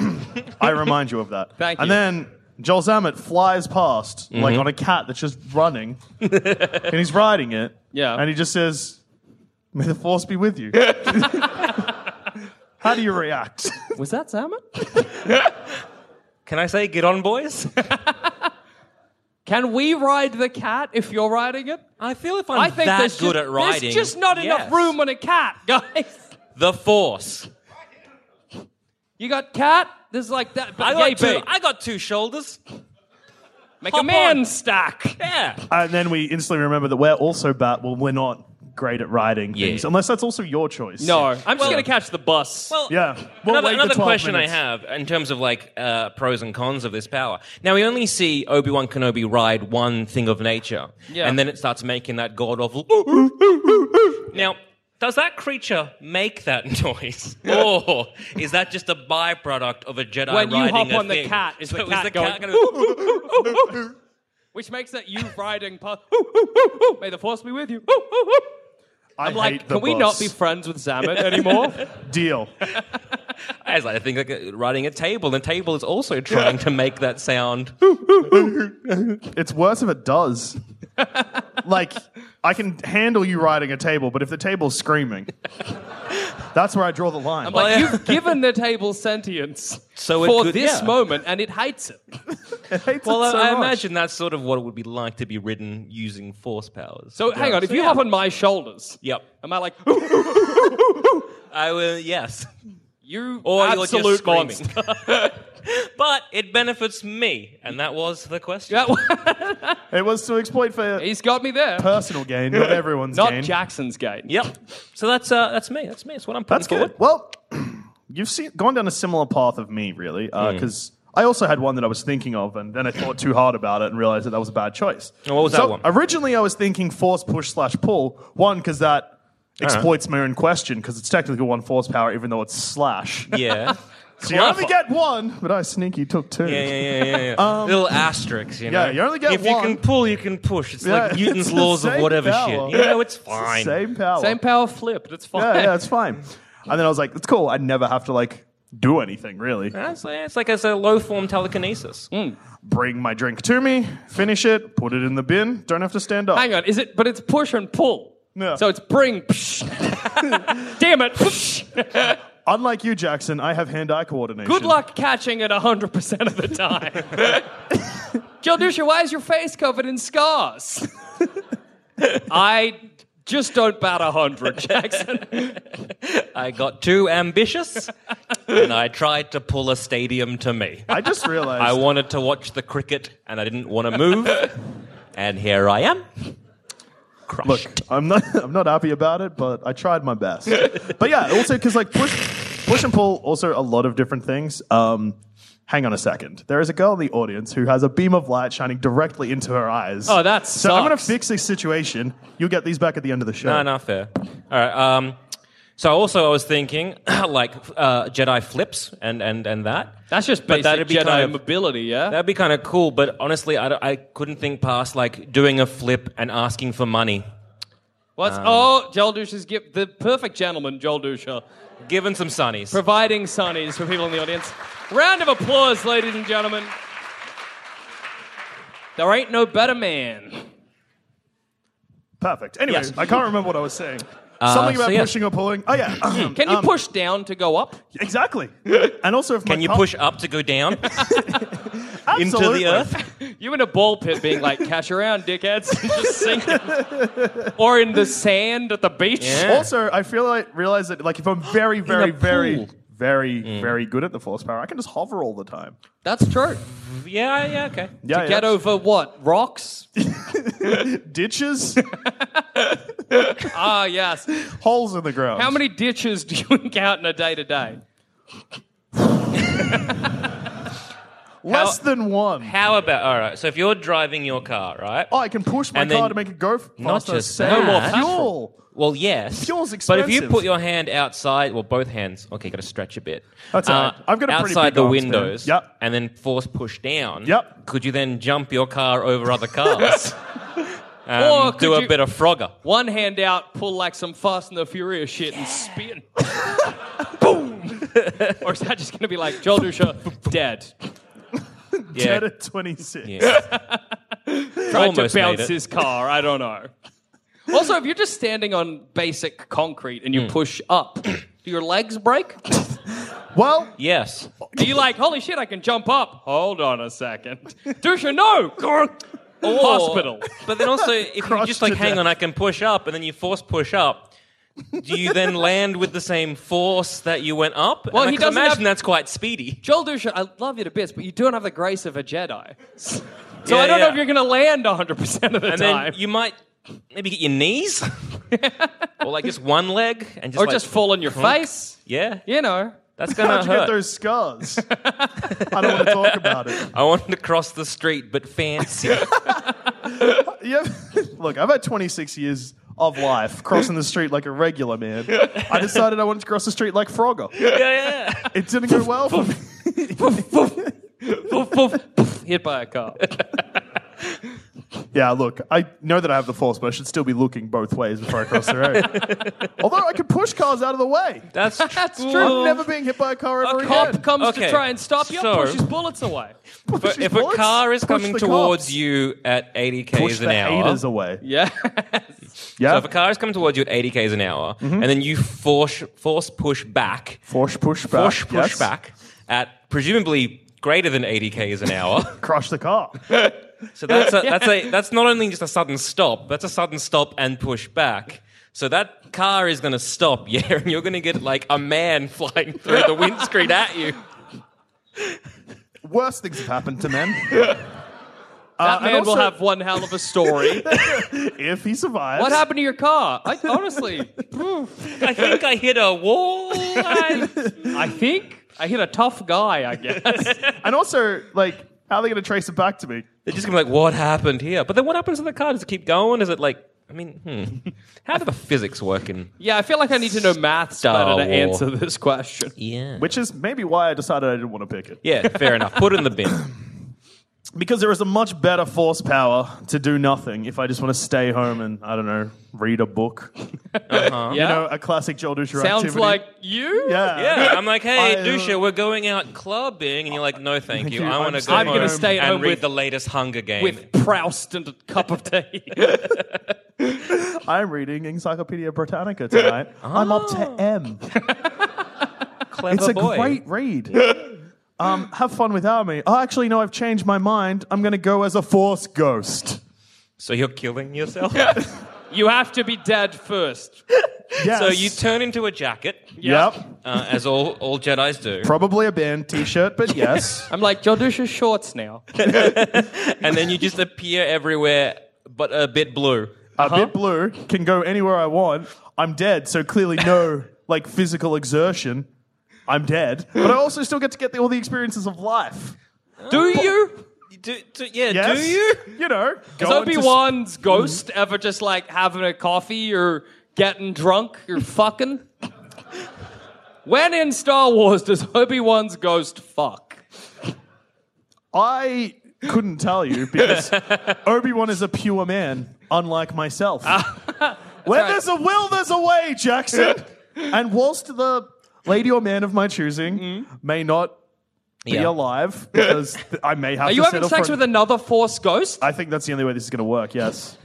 S2: <clears throat> I remind you of that.
S4: Thank
S2: And
S4: you. Mm-hmm.
S2: then Joel Zammett flies past, like on a cat that's just running,
S4: <laughs>
S2: and he's riding it.
S4: Yeah.
S2: And he just says, May the force be with
S4: <laughs>
S2: you. How do you react?
S4: Was that Salmon?
S3: Can I say get on, boys?
S4: Can we ride the cat if you're riding it?
S3: <laughs> I feel if I'm
S4: I think
S3: that
S4: there's
S3: good
S4: just,
S3: at riding,
S4: There's just not
S3: yes.
S4: enough room on
S3: <laughs>
S4: a cat, guys.
S3: The force.
S4: You got cat. There's like that. But
S3: I got,
S4: yay
S3: two,
S4: big.
S3: I got two shoulders.
S4: Make
S3: hop
S4: a man
S3: on.
S4: stack.
S3: Yeah.
S2: and then we instantly remember that we're also bat. Well, we're not great at riding
S3: Yeah.
S2: things, unless that's also your choice.
S4: No, I'm just
S3: Well- <laughs>
S4: gonna catch the bus.
S3: Well,
S2: Yeah. We'll
S3: another
S2: wait the
S3: another
S2: 12
S3: question
S2: minutes.
S3: I have in terms of like uh, pros and cons of this power. Now we only see Obi Wan Kenobi ride one thing of nature,
S4: Yeah.
S3: and then it starts making that god awful. now, does that creature make that <laughs> noise, or is that just a byproduct of a Jedi
S4: when
S3: riding
S4: you hop
S3: a
S4: on the
S3: thing?
S4: cat, is the
S3: So
S4: cat
S3: <laughs>
S4: going?
S3: gonna-
S4: Which makes that you riding past. "Ooh, ooh, ooh, ooh, May the force be with you. Ooh, ooh, ooh."
S2: I
S4: I'm
S2: hate
S4: like,
S2: the
S4: can we not
S2: bus.
S4: be friends with Zamet
S2: <laughs>
S4: anymore?
S2: Deal.
S3: I was like, I think like uh, riding a table, and table is also trying to make that sound.
S2: It's worse if
S3: <laughs>
S2: it does. like, I can handle you riding a table, but if the table's screaming, that's where I draw the line. <laughs>
S4: I'm
S3: <laughs>
S4: like, you've given the table sentience
S3: So it
S4: for
S3: could-
S4: this
S3: yeah.
S4: moment, and it hates it.
S2: It hates
S3: Well,
S2: it so
S3: I, I
S2: much.
S3: imagine that's sort of what it would be like to be ridden using force powers.
S4: So hang on, if you hop on my shoulders,
S3: Yep.
S4: am I like, "Ooh, ooh, ooh, ooh, ooh, ooh."
S3: I will. Yes.
S4: you
S3: <laughs> Or
S4: absolute
S3: you're just
S4: monster?
S3: screaming. <laughs> but it benefits me, and that was the question.
S4: <laughs> That-
S2: It was to exploit for
S4: He's got me there.
S2: personal
S3: <laughs>
S2: gain, not everyone's
S4: Not
S2: gain.
S4: Jackson's gate.
S3: Yep. So that's uh, that's me. That's me. That's what I'm putting
S2: That's
S3: forward.
S2: good. Well, <clears throat> you've seen, gone down a similar path of me, really,
S3: Hmm.
S2: because I also had one that I was thinking of, and then I thought too hard about it and realized that that was a bad choice.
S3: And what was
S2: So
S3: that one?
S2: Originally, I was thinking force push slash pull. One, because that
S3: Uh-huh.
S2: exploits my own question, because it's technically one force power, even though it's slash.
S3: <laughs> Yeah.
S2: <laughs> So you only get one, but I sneaky took two.
S3: Yeah, yeah, yeah, yeah. yeah. Little asterisks, you know.
S2: yeah, you only get
S3: if you
S2: one.
S3: can pull, you can push. It's
S2: <laughs> Yeah, <laughs>
S3: like Newton's
S2: it's the
S3: laws of
S2: same
S3: whatever
S2: power.
S3: shit. You know, it's
S2: It's the
S3: fine.
S2: Same power.
S4: Same power flipped. It's fine.
S2: Yeah, yeah, it's fine. And then I was like, it's cool. I never have to like do anything really.
S3: That's- yeah, it's like it's a low form telekinesis.
S2: Bring my drink to me, finish it, put it in the bin. Don't have to stand up.
S4: <laughs> Hang on, is it? But it's push and pull.
S2: Yeah.
S4: So it's bring.
S2: <laughs>
S4: psh. Damn it. psh.
S2: Unlike you, Jackson, I have hand-eye coordination.
S4: Good luck catching it 100% of
S2: <laughs>
S4: the time. Joe Dusha, why is your face covered in scars?
S2: <laughs>
S4: I just don't bat 100, Jackson.
S3: I got too ambitious, and I tried to pull a stadium to me. <laughs>
S2: I just realized.
S3: I wanted to watch the cricket and I didn't want to move. and here I am. Crushed.
S2: Look, I'm not. <laughs> I'm not happy about it, but I tried my best. but yeah, also because like push, push and pull, also a lot of different things. Um, hang on a second. There is a girl in the audience who has a beam of light shining directly into her eyes.
S4: Oh, that
S2: So I'm gonna
S4: sucks.
S2: fix this situation. You'll get these back at the end of the show.
S3: No, not fair. All right. Um, so also I was thinking <coughs> like uh, Jedi flips and, and, and that.
S4: That's just
S3: But
S4: basic
S3: that'd be
S4: Jedi
S3: kind of-
S4: mobility, yeah?
S3: That'd be kind of cool, but honestly, I, don't- I couldn't think past like doing a flip and asking for money.
S4: What's
S3: Um,
S4: oh Joel Dusha's gift the perfect gentleman, Joel Dusha.
S3: Given some sunnies.
S4: Providing sunnies for people in the audience. Round of applause, ladies and gentlemen. There ain't no better man.
S2: Perfect. Anyway,
S4: Yes.
S2: I can't remember what I was saying. Something
S3: Uh, so
S2: about
S3: yeah.
S2: pushing or pulling.
S3: <clears throat>
S2: Oh yeah. Um,
S4: Can you
S2: um,
S4: push down to go up?
S2: Exactly. And also, if
S3: Can
S2: my
S3: you
S2: com-
S3: push up to go
S2: <laughs>
S3: down into
S2: Absolutely.
S3: the earth?
S4: You in a ball pit being
S3: <laughs>
S4: like, catch around, dickheads, <laughs> and just sinking. or in the sand at the beach.
S2: Also, I feel like realize that like if
S3: <gasps>
S2: I'm very, very,
S3: a
S2: very,
S3: pool. Mm.
S2: very, very good at the force power, I can just hover all the time.
S4: That's true.
S3: Yeah, yeah, okay.
S2: Yeah,
S4: Get
S2: yeah.
S4: over what? Rocks?
S2: ditches, <laughs>
S4: ah, yes.
S2: holes in the ground.
S4: How many ditches do you <laughs> encounter day to day?
S2: Less
S3: how-
S2: than one.
S3: How about all right? So if you're driving your car, right?
S2: oh, I can push my
S3: And then-
S2: car to make it go f- faster.
S3: Not just
S2: save
S3: that.
S2: more fuel.
S3: Well, yes.
S2: Fuel's
S3: But if you
S2: expensive.
S3: put your hand outside, well, both hands. Okay, got to stretch a bit. Uh,
S2: That's all right. I've got a pretty
S3: outside
S2: big
S3: the
S2: arms, man.
S3: windows.
S2: Yep.
S3: And then force push down.
S2: Yep.
S3: Could you then jump your car over other
S2: <laughs>
S3: cars? Um,
S4: Or could
S3: do a
S4: you-
S3: bit of Frogger.
S4: One hand out, pull like some Fast and the Furious shit and spin. <laughs> Boom! or is that just going to be like Joel Dusha, dead?
S2: Dead
S3: Yeah.
S2: at 26. <laughs>
S4: Trying to
S3: Almost made
S4: bounce
S3: it.
S4: his car, I
S3: <laughs>
S4: don't know. Also, if you're just standing on basic concrete and you
S3: Hmm.
S4: push
S3: <clears throat>
S4: up, do your legs break?
S2: Well, <laughs>
S3: Yes.
S4: Are you like, holy shit, I can jump up? Hold on
S3: <laughs>
S4: a second. Dusha, no! <laughs> Grr. Hospital.
S3: But then also, if you just like, hang on, I can push up, and then you force push up. Do you then land with the same force that you went up?
S4: Well,
S3: and I
S4: he
S3: can
S4: doesn't
S3: imagine
S4: have-
S3: that's quite speedy.
S4: Joel Dusha, I love you to bits, but you don't have the grace of a Jedi. So
S3: Yeah,
S4: I don't know
S3: yeah.
S4: if you're going to land 100% of the
S3: And then
S4: time. <laughs>
S3: you might maybe get your knees, or like just one leg, and just
S4: or
S3: like,
S4: just fall on your face.
S3: Yeah,
S4: You know.
S3: that's gonna
S2: how'd you get
S3: hurt.
S2: those
S3: <laughs>
S2: scars? I don't want to talk about it.
S3: I wanted to cross the street, but fancy.
S2: Yeah. <laughs> Look, I've had 26 years of life crossing the street like a regular man. I decided I wanted to cross the street like Frogger.
S3: yeah, yeah.
S2: It didn't go
S3: <laughs>
S2: well for me.
S4: Poof, poof, poof, hit by a car.
S2: Yeah, look, I know that I have the force, but I should still be looking both ways before I cross the road.
S3: <laughs>
S2: Although I can push cars out of the way.
S3: That's
S2: <laughs>
S4: That's true.
S2: I'm never being hit by a car ever
S3: A
S2: again.
S4: Cop comes to
S3: Okay,
S4: try and stop you,
S3: so-
S4: pushes bullets away.
S2: Push
S3: If a
S2: bullets,
S3: car is
S2: push
S3: coming
S2: the
S3: towards
S2: cops.
S3: you at 80 k's
S2: push
S3: an
S2: the
S3: hour,
S2: haters away.
S4: Yeah.
S2: <laughs> Yeah,
S3: So if a car is coming towards you at 80 k's an hour,
S2: Mm-hmm.
S3: and then you force force push back,
S2: force push back.
S3: force push
S2: yes.
S3: back at presumably greater than 80 k's an
S2: <laughs>
S3: hour.
S2: Crush
S3: <laughs>
S2: the car.
S3: so that's <laughs> a, that's a that's not only just a sudden stop, that's a sudden stop and push back. So that car is going to stop, <laughs> yeah, and you're going to get like a man <laughs> flying through the windscreen at you.
S2: Worst things have happened to <laughs> men.
S4: That
S2: Uh, and
S4: man will
S2: also-
S4: have one hell of
S2: <laughs>
S4: a story.
S2: if he survives.
S4: what happened to your car? I,
S2: <laughs>
S4: honestly,
S3: I think I hit a <laughs> wall. I-
S4: I think I hit a tough guy, I guess.
S2: <laughs> And also, like, how are they going to trace it back to me?
S3: They're just gonna be like, what happened here? But then what happens to the car? Does it keep going? Is it like, I mean, hmm. how do the physics work in?
S4: Yeah, I feel like I need to know maths
S3: Star
S4: better to
S3: War.
S4: answer this question.
S3: Yeah.
S2: Which is maybe why I decided I didn't want to pick it.
S3: Yeah, fair enough. Put it in the bin. <laughs>
S2: Because there is a much better force power to do nothing if I just want to stay home and, I don't know, read a book.
S4: yeah.
S2: You know, a classic Joel Dusher
S4: Sounds
S2: activity.
S4: like you?
S2: Yeah.
S3: Yeah, I'm like, hey,
S2: I-
S3: Dusha, we're going out clubbing, and you're like, no, uh, thank you.
S2: you.
S3: I want to
S2: I'm
S3: go home
S2: staying home.
S4: stay at
S3: and
S4: home
S3: read
S4: with-
S3: the latest Hunger Game.
S4: With Proust and a cup of
S2: <laughs>
S4: tea.
S2: <laughs>
S4: <laughs>
S2: I'm reading Encyclopedia
S3: <laughs>
S2: Britannica tonight. I'm up to
S3: Ah.
S2: M.
S3: Clever
S2: It's a
S3: Oh, boy.
S2: great read.
S3: <laughs>
S2: Um, have fun without me. Oh, actually, no, I've changed my mind. I'm going to go as a force ghost.
S3: So you're killing yourself. <laughs>
S4: you have to be dead first.
S2: Yes.
S3: So you turn into a jacket,
S2: Yep.
S3: uh, as all all Jedi's do,
S2: Probably a band t
S3: <laughs>
S2: shirt, but
S3: Uh-huh.
S2: yes.
S4: I'm like, Joe Dusha's shorts now.
S3: and then you just appear everywhere, but a bit blue.
S2: A bit blue, can go anywhere I want. I'm dead, so clearly
S3: <laughs>
S2: no like physical exertion. I'm dead, but I also still get to get the, all the experiences of life.
S4: Do you?
S3: Do, do, yeah,
S2: Yes?
S3: do you?
S2: You know,
S4: Has
S2: going to
S3: Hmm.
S4: Obi Wan's ghost ever just like having a coffee or getting drunk, you're fucking. when in Star Wars does Obi Wan's ghost fuck?
S2: I couldn't tell you
S4: <laughs>
S2: because Obi Wan is a pure man, unlike myself.
S4: Ah.
S2: Where there's a will, there's a way, Jackson. and whilst the lady or man of my choosing
S4: Mm-hmm.
S2: may not be
S3: Yeah.
S2: alive, because
S4: <laughs>
S2: th- I may have
S4: Are
S2: to
S4: you having
S2: settle
S4: sex
S2: for
S4: with another Force ghost?
S2: I think that's the only way this is going to work. Yes,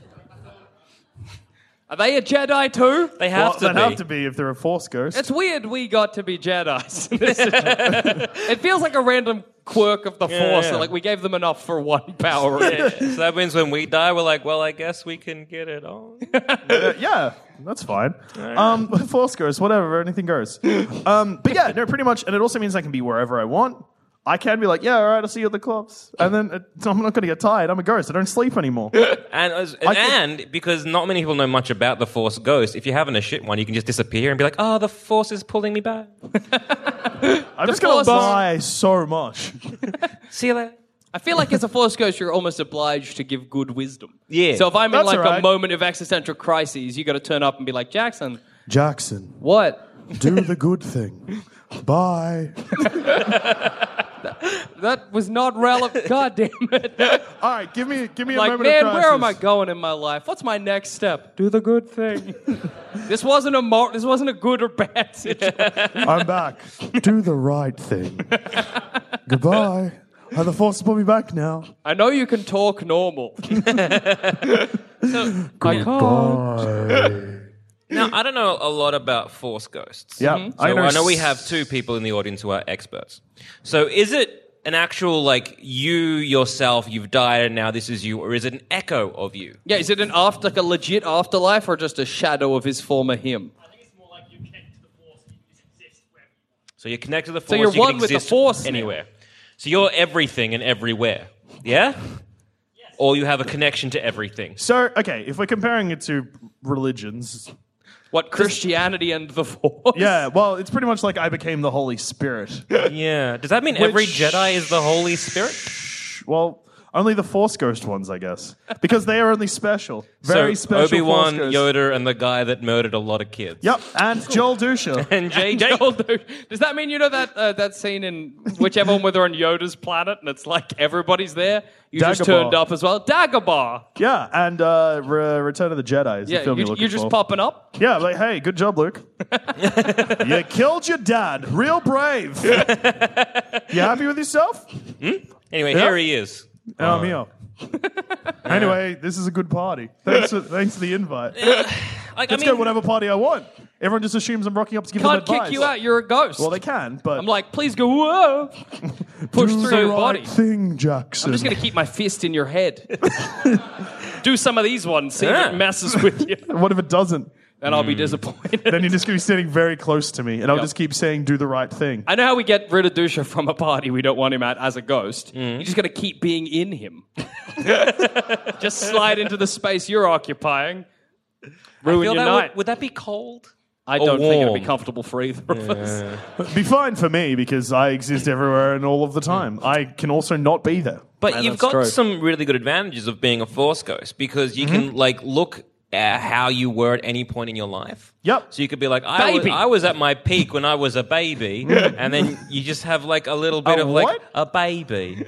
S4: Are they a Jedi too?
S3: They have
S2: Well,
S3: to
S2: they'd
S3: be.
S2: have to be if they're a force ghost.
S4: It's weird we got to be Jedi's.
S3: <laughs>
S4: in this situation. it feels like a random quirk of the Force.
S3: yeah.
S4: that, Like we gave them enough for one power.
S3: So that means when we die, we're like, well, I guess we can get it <laughs> on.
S2: Uh, yeah, that's fine. Um, <laughs> force goes, whatever, anything goes. Um, but yeah, no, pretty much. And it also means I can be wherever I want. I can be like, yeah, all right, I'll see you at the clubs. And then it, <laughs> I'm not going to get tired. I'm a ghost. I don't sleep anymore.
S3: And as-
S2: I think-
S3: and because not many people know much about the Force Ghost, if you're having a shit one, you can just disappear and be like, oh, the Force is pulling me back.
S2: I'm just going
S4: Force
S2: to buy so much.
S3: See you later.
S4: I feel like as a Force ghost, you're almost obliged to give good wisdom.
S3: Yeah.
S4: So if I'm in
S2: That's
S4: like a
S2: alright.
S4: moment of existential crises, you got to turn up and be like, Jackson,
S2: Jackson,
S4: what?
S2: do the good thing. Bye.
S4: That was not relevant. God damn it.
S2: All right, give me give me a
S4: Like,
S2: moment of
S4: man,
S2: crisis.
S4: where am I going in my life? What's my next step? Do the good thing. <laughs> this wasn't a mo- this wasn't a good or bad situation.
S2: I'm back. Do the right
S3: <laughs>
S2: thing. Goodbye. Are the force pull me back now?
S4: I know you can talk normal. I can't.
S3: <laughs> Now, I don't know a lot about Force Ghosts.
S2: Yeah,
S3: Mm-hmm. So I know, we have two people in the audience who are experts. So is it an actual, like, you yourself, you've died and now this is you, or is it an echo of you?
S4: Yeah, is it an after like a legit afterlife or just a shadow of his former him?
S3: So you're connected to the Force.
S4: you're
S3: you can
S4: one with the
S3: exist
S4: Force now.
S3: Anywhere. So you're everything and everywhere. Yeah? Or you have a connection to everything.
S2: So, okay, if we're comparing it to religions,
S4: What Christianity and the Force?
S2: yeah, well, it's pretty much like I became the Holy Spirit.
S4: <laughs>
S3: Yeah. Does that mean every Jedi is the Holy Spirit?
S2: well, only the Force Ghost ones, I guess, because they are only special, very
S3: so
S2: special.
S3: Obi Wan,
S2: Force Ghosts.
S3: Yoda, and the guy that murdered a lot of kids.
S2: Yep, and Joel
S4: <laughs>
S2: Dusha.
S3: And JJ.
S4: Does that mean you know that uh, that scene in whichever one where they're on Yoda's planet and it's like everybody's there? You just
S2: Dagobah.
S4: turned up as well. Dagobah.
S2: yeah, and uh, Re- Return of the Jedi is
S4: Yeah,
S2: the film
S4: you,
S2: are looking
S4: you're just
S2: for.
S4: popping up.
S2: Yeah, like hey, good job, Luke.
S4: <laughs>
S2: you killed your dad. Real brave. you happy with yourself?
S3: Anyway,
S2: Yeah.
S3: here he is.
S2: Oh, me
S4: <laughs>
S2: up. Anyway, this is a good party. Thanks for, thanks for the invite.
S3: Like, I
S2: Let's
S3: mean,
S2: go whatever party I want. Everyone just assumes I'm rocking up to give them
S4: Can't kick
S2: advice.
S4: you out. You're a ghost.
S2: Well, they can, but
S4: I'm like, please
S2: <laughs>
S4: go whoa. Push
S2: do
S4: through
S2: the
S4: your
S2: right
S4: body.
S2: thing, Jackson.
S4: I'm just gonna keep my fist in
S2: <laughs>
S4: your head. Do some of these ones. See
S3: Yeah.
S4: if it messes with you,
S2: What if it doesn't?
S4: and I'll be disappointed.
S2: Hmm. Then you're just going to be sitting very close to me, and I'll
S4: Yeah.
S2: just keep saying, "Do the right thing."
S4: I know how we get rid of Dusha from a party we don't want him at as a ghost.
S3: Mm.
S4: You're just going to keep being in him. <laughs> just slide into the space you're occupying.
S3: I
S4: Ruin
S3: feel that
S4: your night.
S3: would, would that be cold?
S4: I don't think it'll be
S3: warm.
S4: comfortable for either of us.
S2: Be fine for me because I exist everywhere and all of the time. I can also not be there.
S3: But
S4: Man,
S3: you've
S4: that's
S3: got
S4: true.
S3: some really good advantages of being a force ghost because you can like look at how you were at any point in your life.
S2: Yep.
S3: So you could be like, I, was,
S4: Baby.
S3: I was at my peak when I was a baby, and then you just have like a little bit
S2: A
S3: of like
S2: what?
S3: a baby,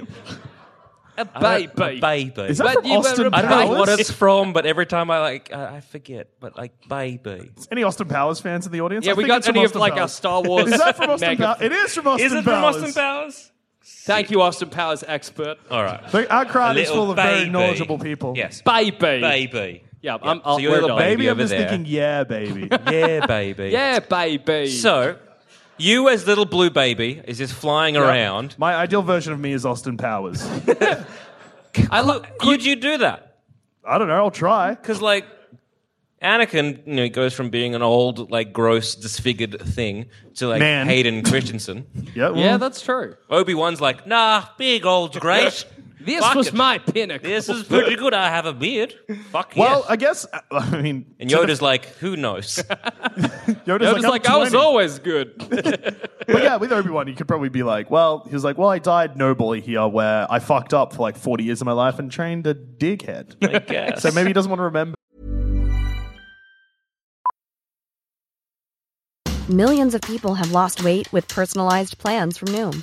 S4: A
S3: I don't-
S4: baby.
S3: a baby.
S2: Is that
S4: But
S2: from
S4: you were
S2: Austin
S4: a
S3: I
S2: Powers?
S3: don't know
S4: baby.
S3: what it's from, but every time I like, I, I forget. But like baby,
S2: Any Austin Powers fans in the audience?
S4: Yeah,
S2: I
S4: we
S2: think it's
S4: got
S2: from
S4: any of
S2: Austin
S4: like our
S2: Powers. <laughs>
S4: Star Wars.
S2: Is that from Austin
S4: mega-
S2: Powers? It is from Austin
S3: is it from
S2: Powers.
S3: Austin Powers?
S4: Thank you, Austin Powers expert.
S3: All right,
S2: The- Our crowd is
S3: Little
S2: full of very
S3: baby.
S2: knowledgeable people.
S3: yes,
S4: Baby.
S3: baby.
S4: Yeah, I'm, I'll,
S3: So you're
S4: we're
S3: a little
S4: done.
S3: baby.
S2: Maybe I'm
S3: over
S2: just
S3: there.
S2: thinking, yeah, baby.
S3: <laughs> Yeah, baby.
S4: Yeah, baby.
S3: So, you as little blue baby is just flying around.
S2: My ideal version of me is Austin Powers.
S4: I lo-
S3: Could you do that?
S2: I don't know. I'll try.
S3: Because like, Anakin, you know, goes from being an old, like, gross, disfigured thing to like
S2: Man.
S3: Hayden
S2: <laughs>
S3: Christensen.
S2: Yeah, well,
S4: yeah, that's true.
S3: Obi Wan's like, nah, big old great.
S4: This
S3: Fuck
S4: was
S3: it.
S4: my pinnacle.
S3: This is pretty good. I have a beard. Fuck
S2: Well, uh,
S3: yeah.
S2: I guess. <laughs> I mean,
S3: And Yoda's like, who
S2: <laughs>
S3: knows?
S2: Yoda's,
S4: I was
S2: I'm
S4: like, I was
S2: 20.
S4: always good.
S2: But yeah, with Obi Wan, you could probably be like, well, he was like, well, I died nobly here, where I fucked up for like 40 years of my life and trained a dighead.
S3: I guess.
S2: so maybe he doesn't want to remember.
S5: Millions of people have lost weight with personalized plans from Noom,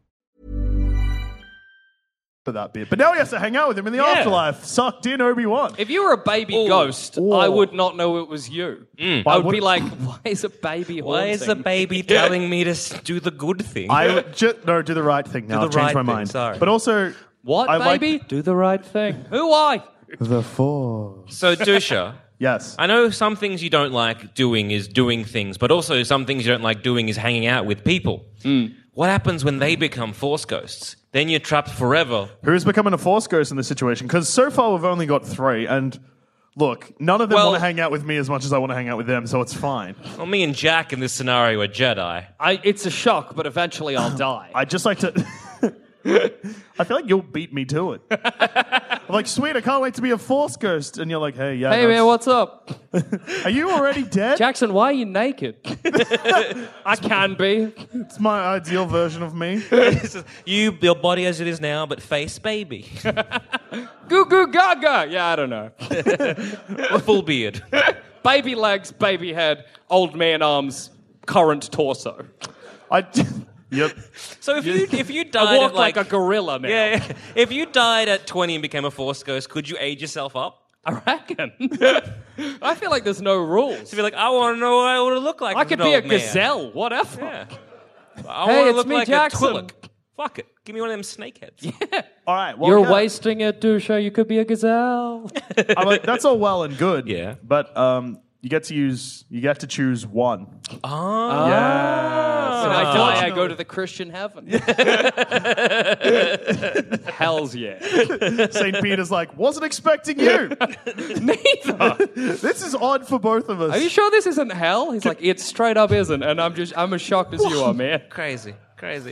S2: for that bit. But now he has to hang out with him in the afterlife. Sucked in Obi Wan.
S4: If you were a baby ghost, I would not know it was you.
S2: Mm.
S4: I would be
S2: would-
S4: like, <laughs> why is a baby
S3: Why is the
S4: haunting?"
S3: baby telling me to s- do the good thing?
S2: I would ju- no do the right thing now.
S3: the
S2: I've
S3: right
S2: changed my
S3: thing,
S2: mind.
S3: sorry.
S2: But also,
S4: What,
S2: I like-
S4: baby? Do the right thing. <laughs> Who are you?
S2: the force.
S3: so, Dusha,
S2: Yes,
S3: I know some things you don't like doing is doing things, but also some things you don't like doing is hanging out with people.
S2: Hmm.
S3: What happens when they become force ghosts? Then you're trapped forever.
S2: who's becoming a force ghost in this situation? Because so far we've only got three, and look, none of them
S3: Well-
S2: want to hang out with me as much as I want to hang out with them, so it's fine.
S3: Well, me and Jack in this scenario are Jedi.
S4: I, it's a shock, but eventually I'll die.
S2: I just like to. <laughs> I feel like you'll beat me to it. I'm like, sweet, I can't wait to be a force ghost, and you're like, hey, yeah,
S4: hey,
S2: no,
S4: man, what's up?
S2: it's- are you already dead?
S4: Jackson, why are you naked? <laughs> I can be.
S2: It's my ideal version of
S4: <laughs>
S2: me.
S3: This is- you, your body as it is now, but face baby. <laughs>
S4: Goo goo gaga. Yeah, I don't know. <laughs>
S3: A full beard.
S4: baby legs, baby head, old man arms, current torso.
S2: I. <laughs> yep.
S3: So if you if you died
S4: I walk
S3: at
S4: like, a gorilla now.
S3: yeah, <laughs> yeah. if you died at 20 and became a force ghost, could you age yourself up?
S4: <laughs> I reckon. I feel like there's no rules.
S3: To be like, I want to know what I would have looked like.
S4: I
S3: as
S4: could
S3: an
S4: be a
S3: old man.
S4: gazelle, whatever.
S3: Yeah. I
S4: Hey,
S3: want to
S4: it's
S3: look
S4: me,
S3: like
S4: Jackson.
S3: a Twi'lek. Fuck it. Give me one of them snakeheads.
S2: All right. Well,
S4: You're
S2: Oh, yeah.
S4: wasting it, Dusha. You could be a <laughs> gazelle.
S2: I'm like, that's all well and good.
S3: Yeah.
S2: But um, you get to use, you get to choose one.
S3: Oh.
S2: Yeah.
S4: When I die, I go to the Christian heaven. <laughs> Hell's yeah.
S2: St. Peter's like, wasn't expecting you.
S4: <laughs> Neither.
S2: this is odd for both of us.
S4: Are you sure this isn't hell? He's like, it straight up isn't, and I'm just, I'm as shocked as you are, man.
S3: Crazy. Crazy.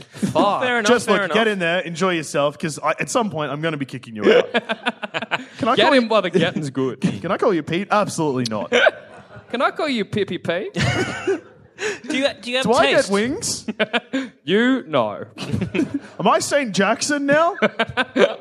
S3: <laughs>
S4: Fuck.
S3: Fair enough.
S2: Just
S3: fair
S2: look,
S3: enough.
S2: get in there, enjoy yourself, because at some point I'm going to be kicking you
S4: <laughs>
S2: out. Can I
S4: Get
S2: call
S4: him
S2: You,
S4: by the <laughs> getting's
S2: <laughs>
S4: good.
S2: can I call you Pete? Absolutely
S4: <laughs>
S2: not.
S4: Can I call you Pippy P?
S3: Do you, do you have
S2: Do I
S3: taste?
S2: get
S4: <laughs>
S2: wings?
S4: you no.
S2: Am I St. Jackson now?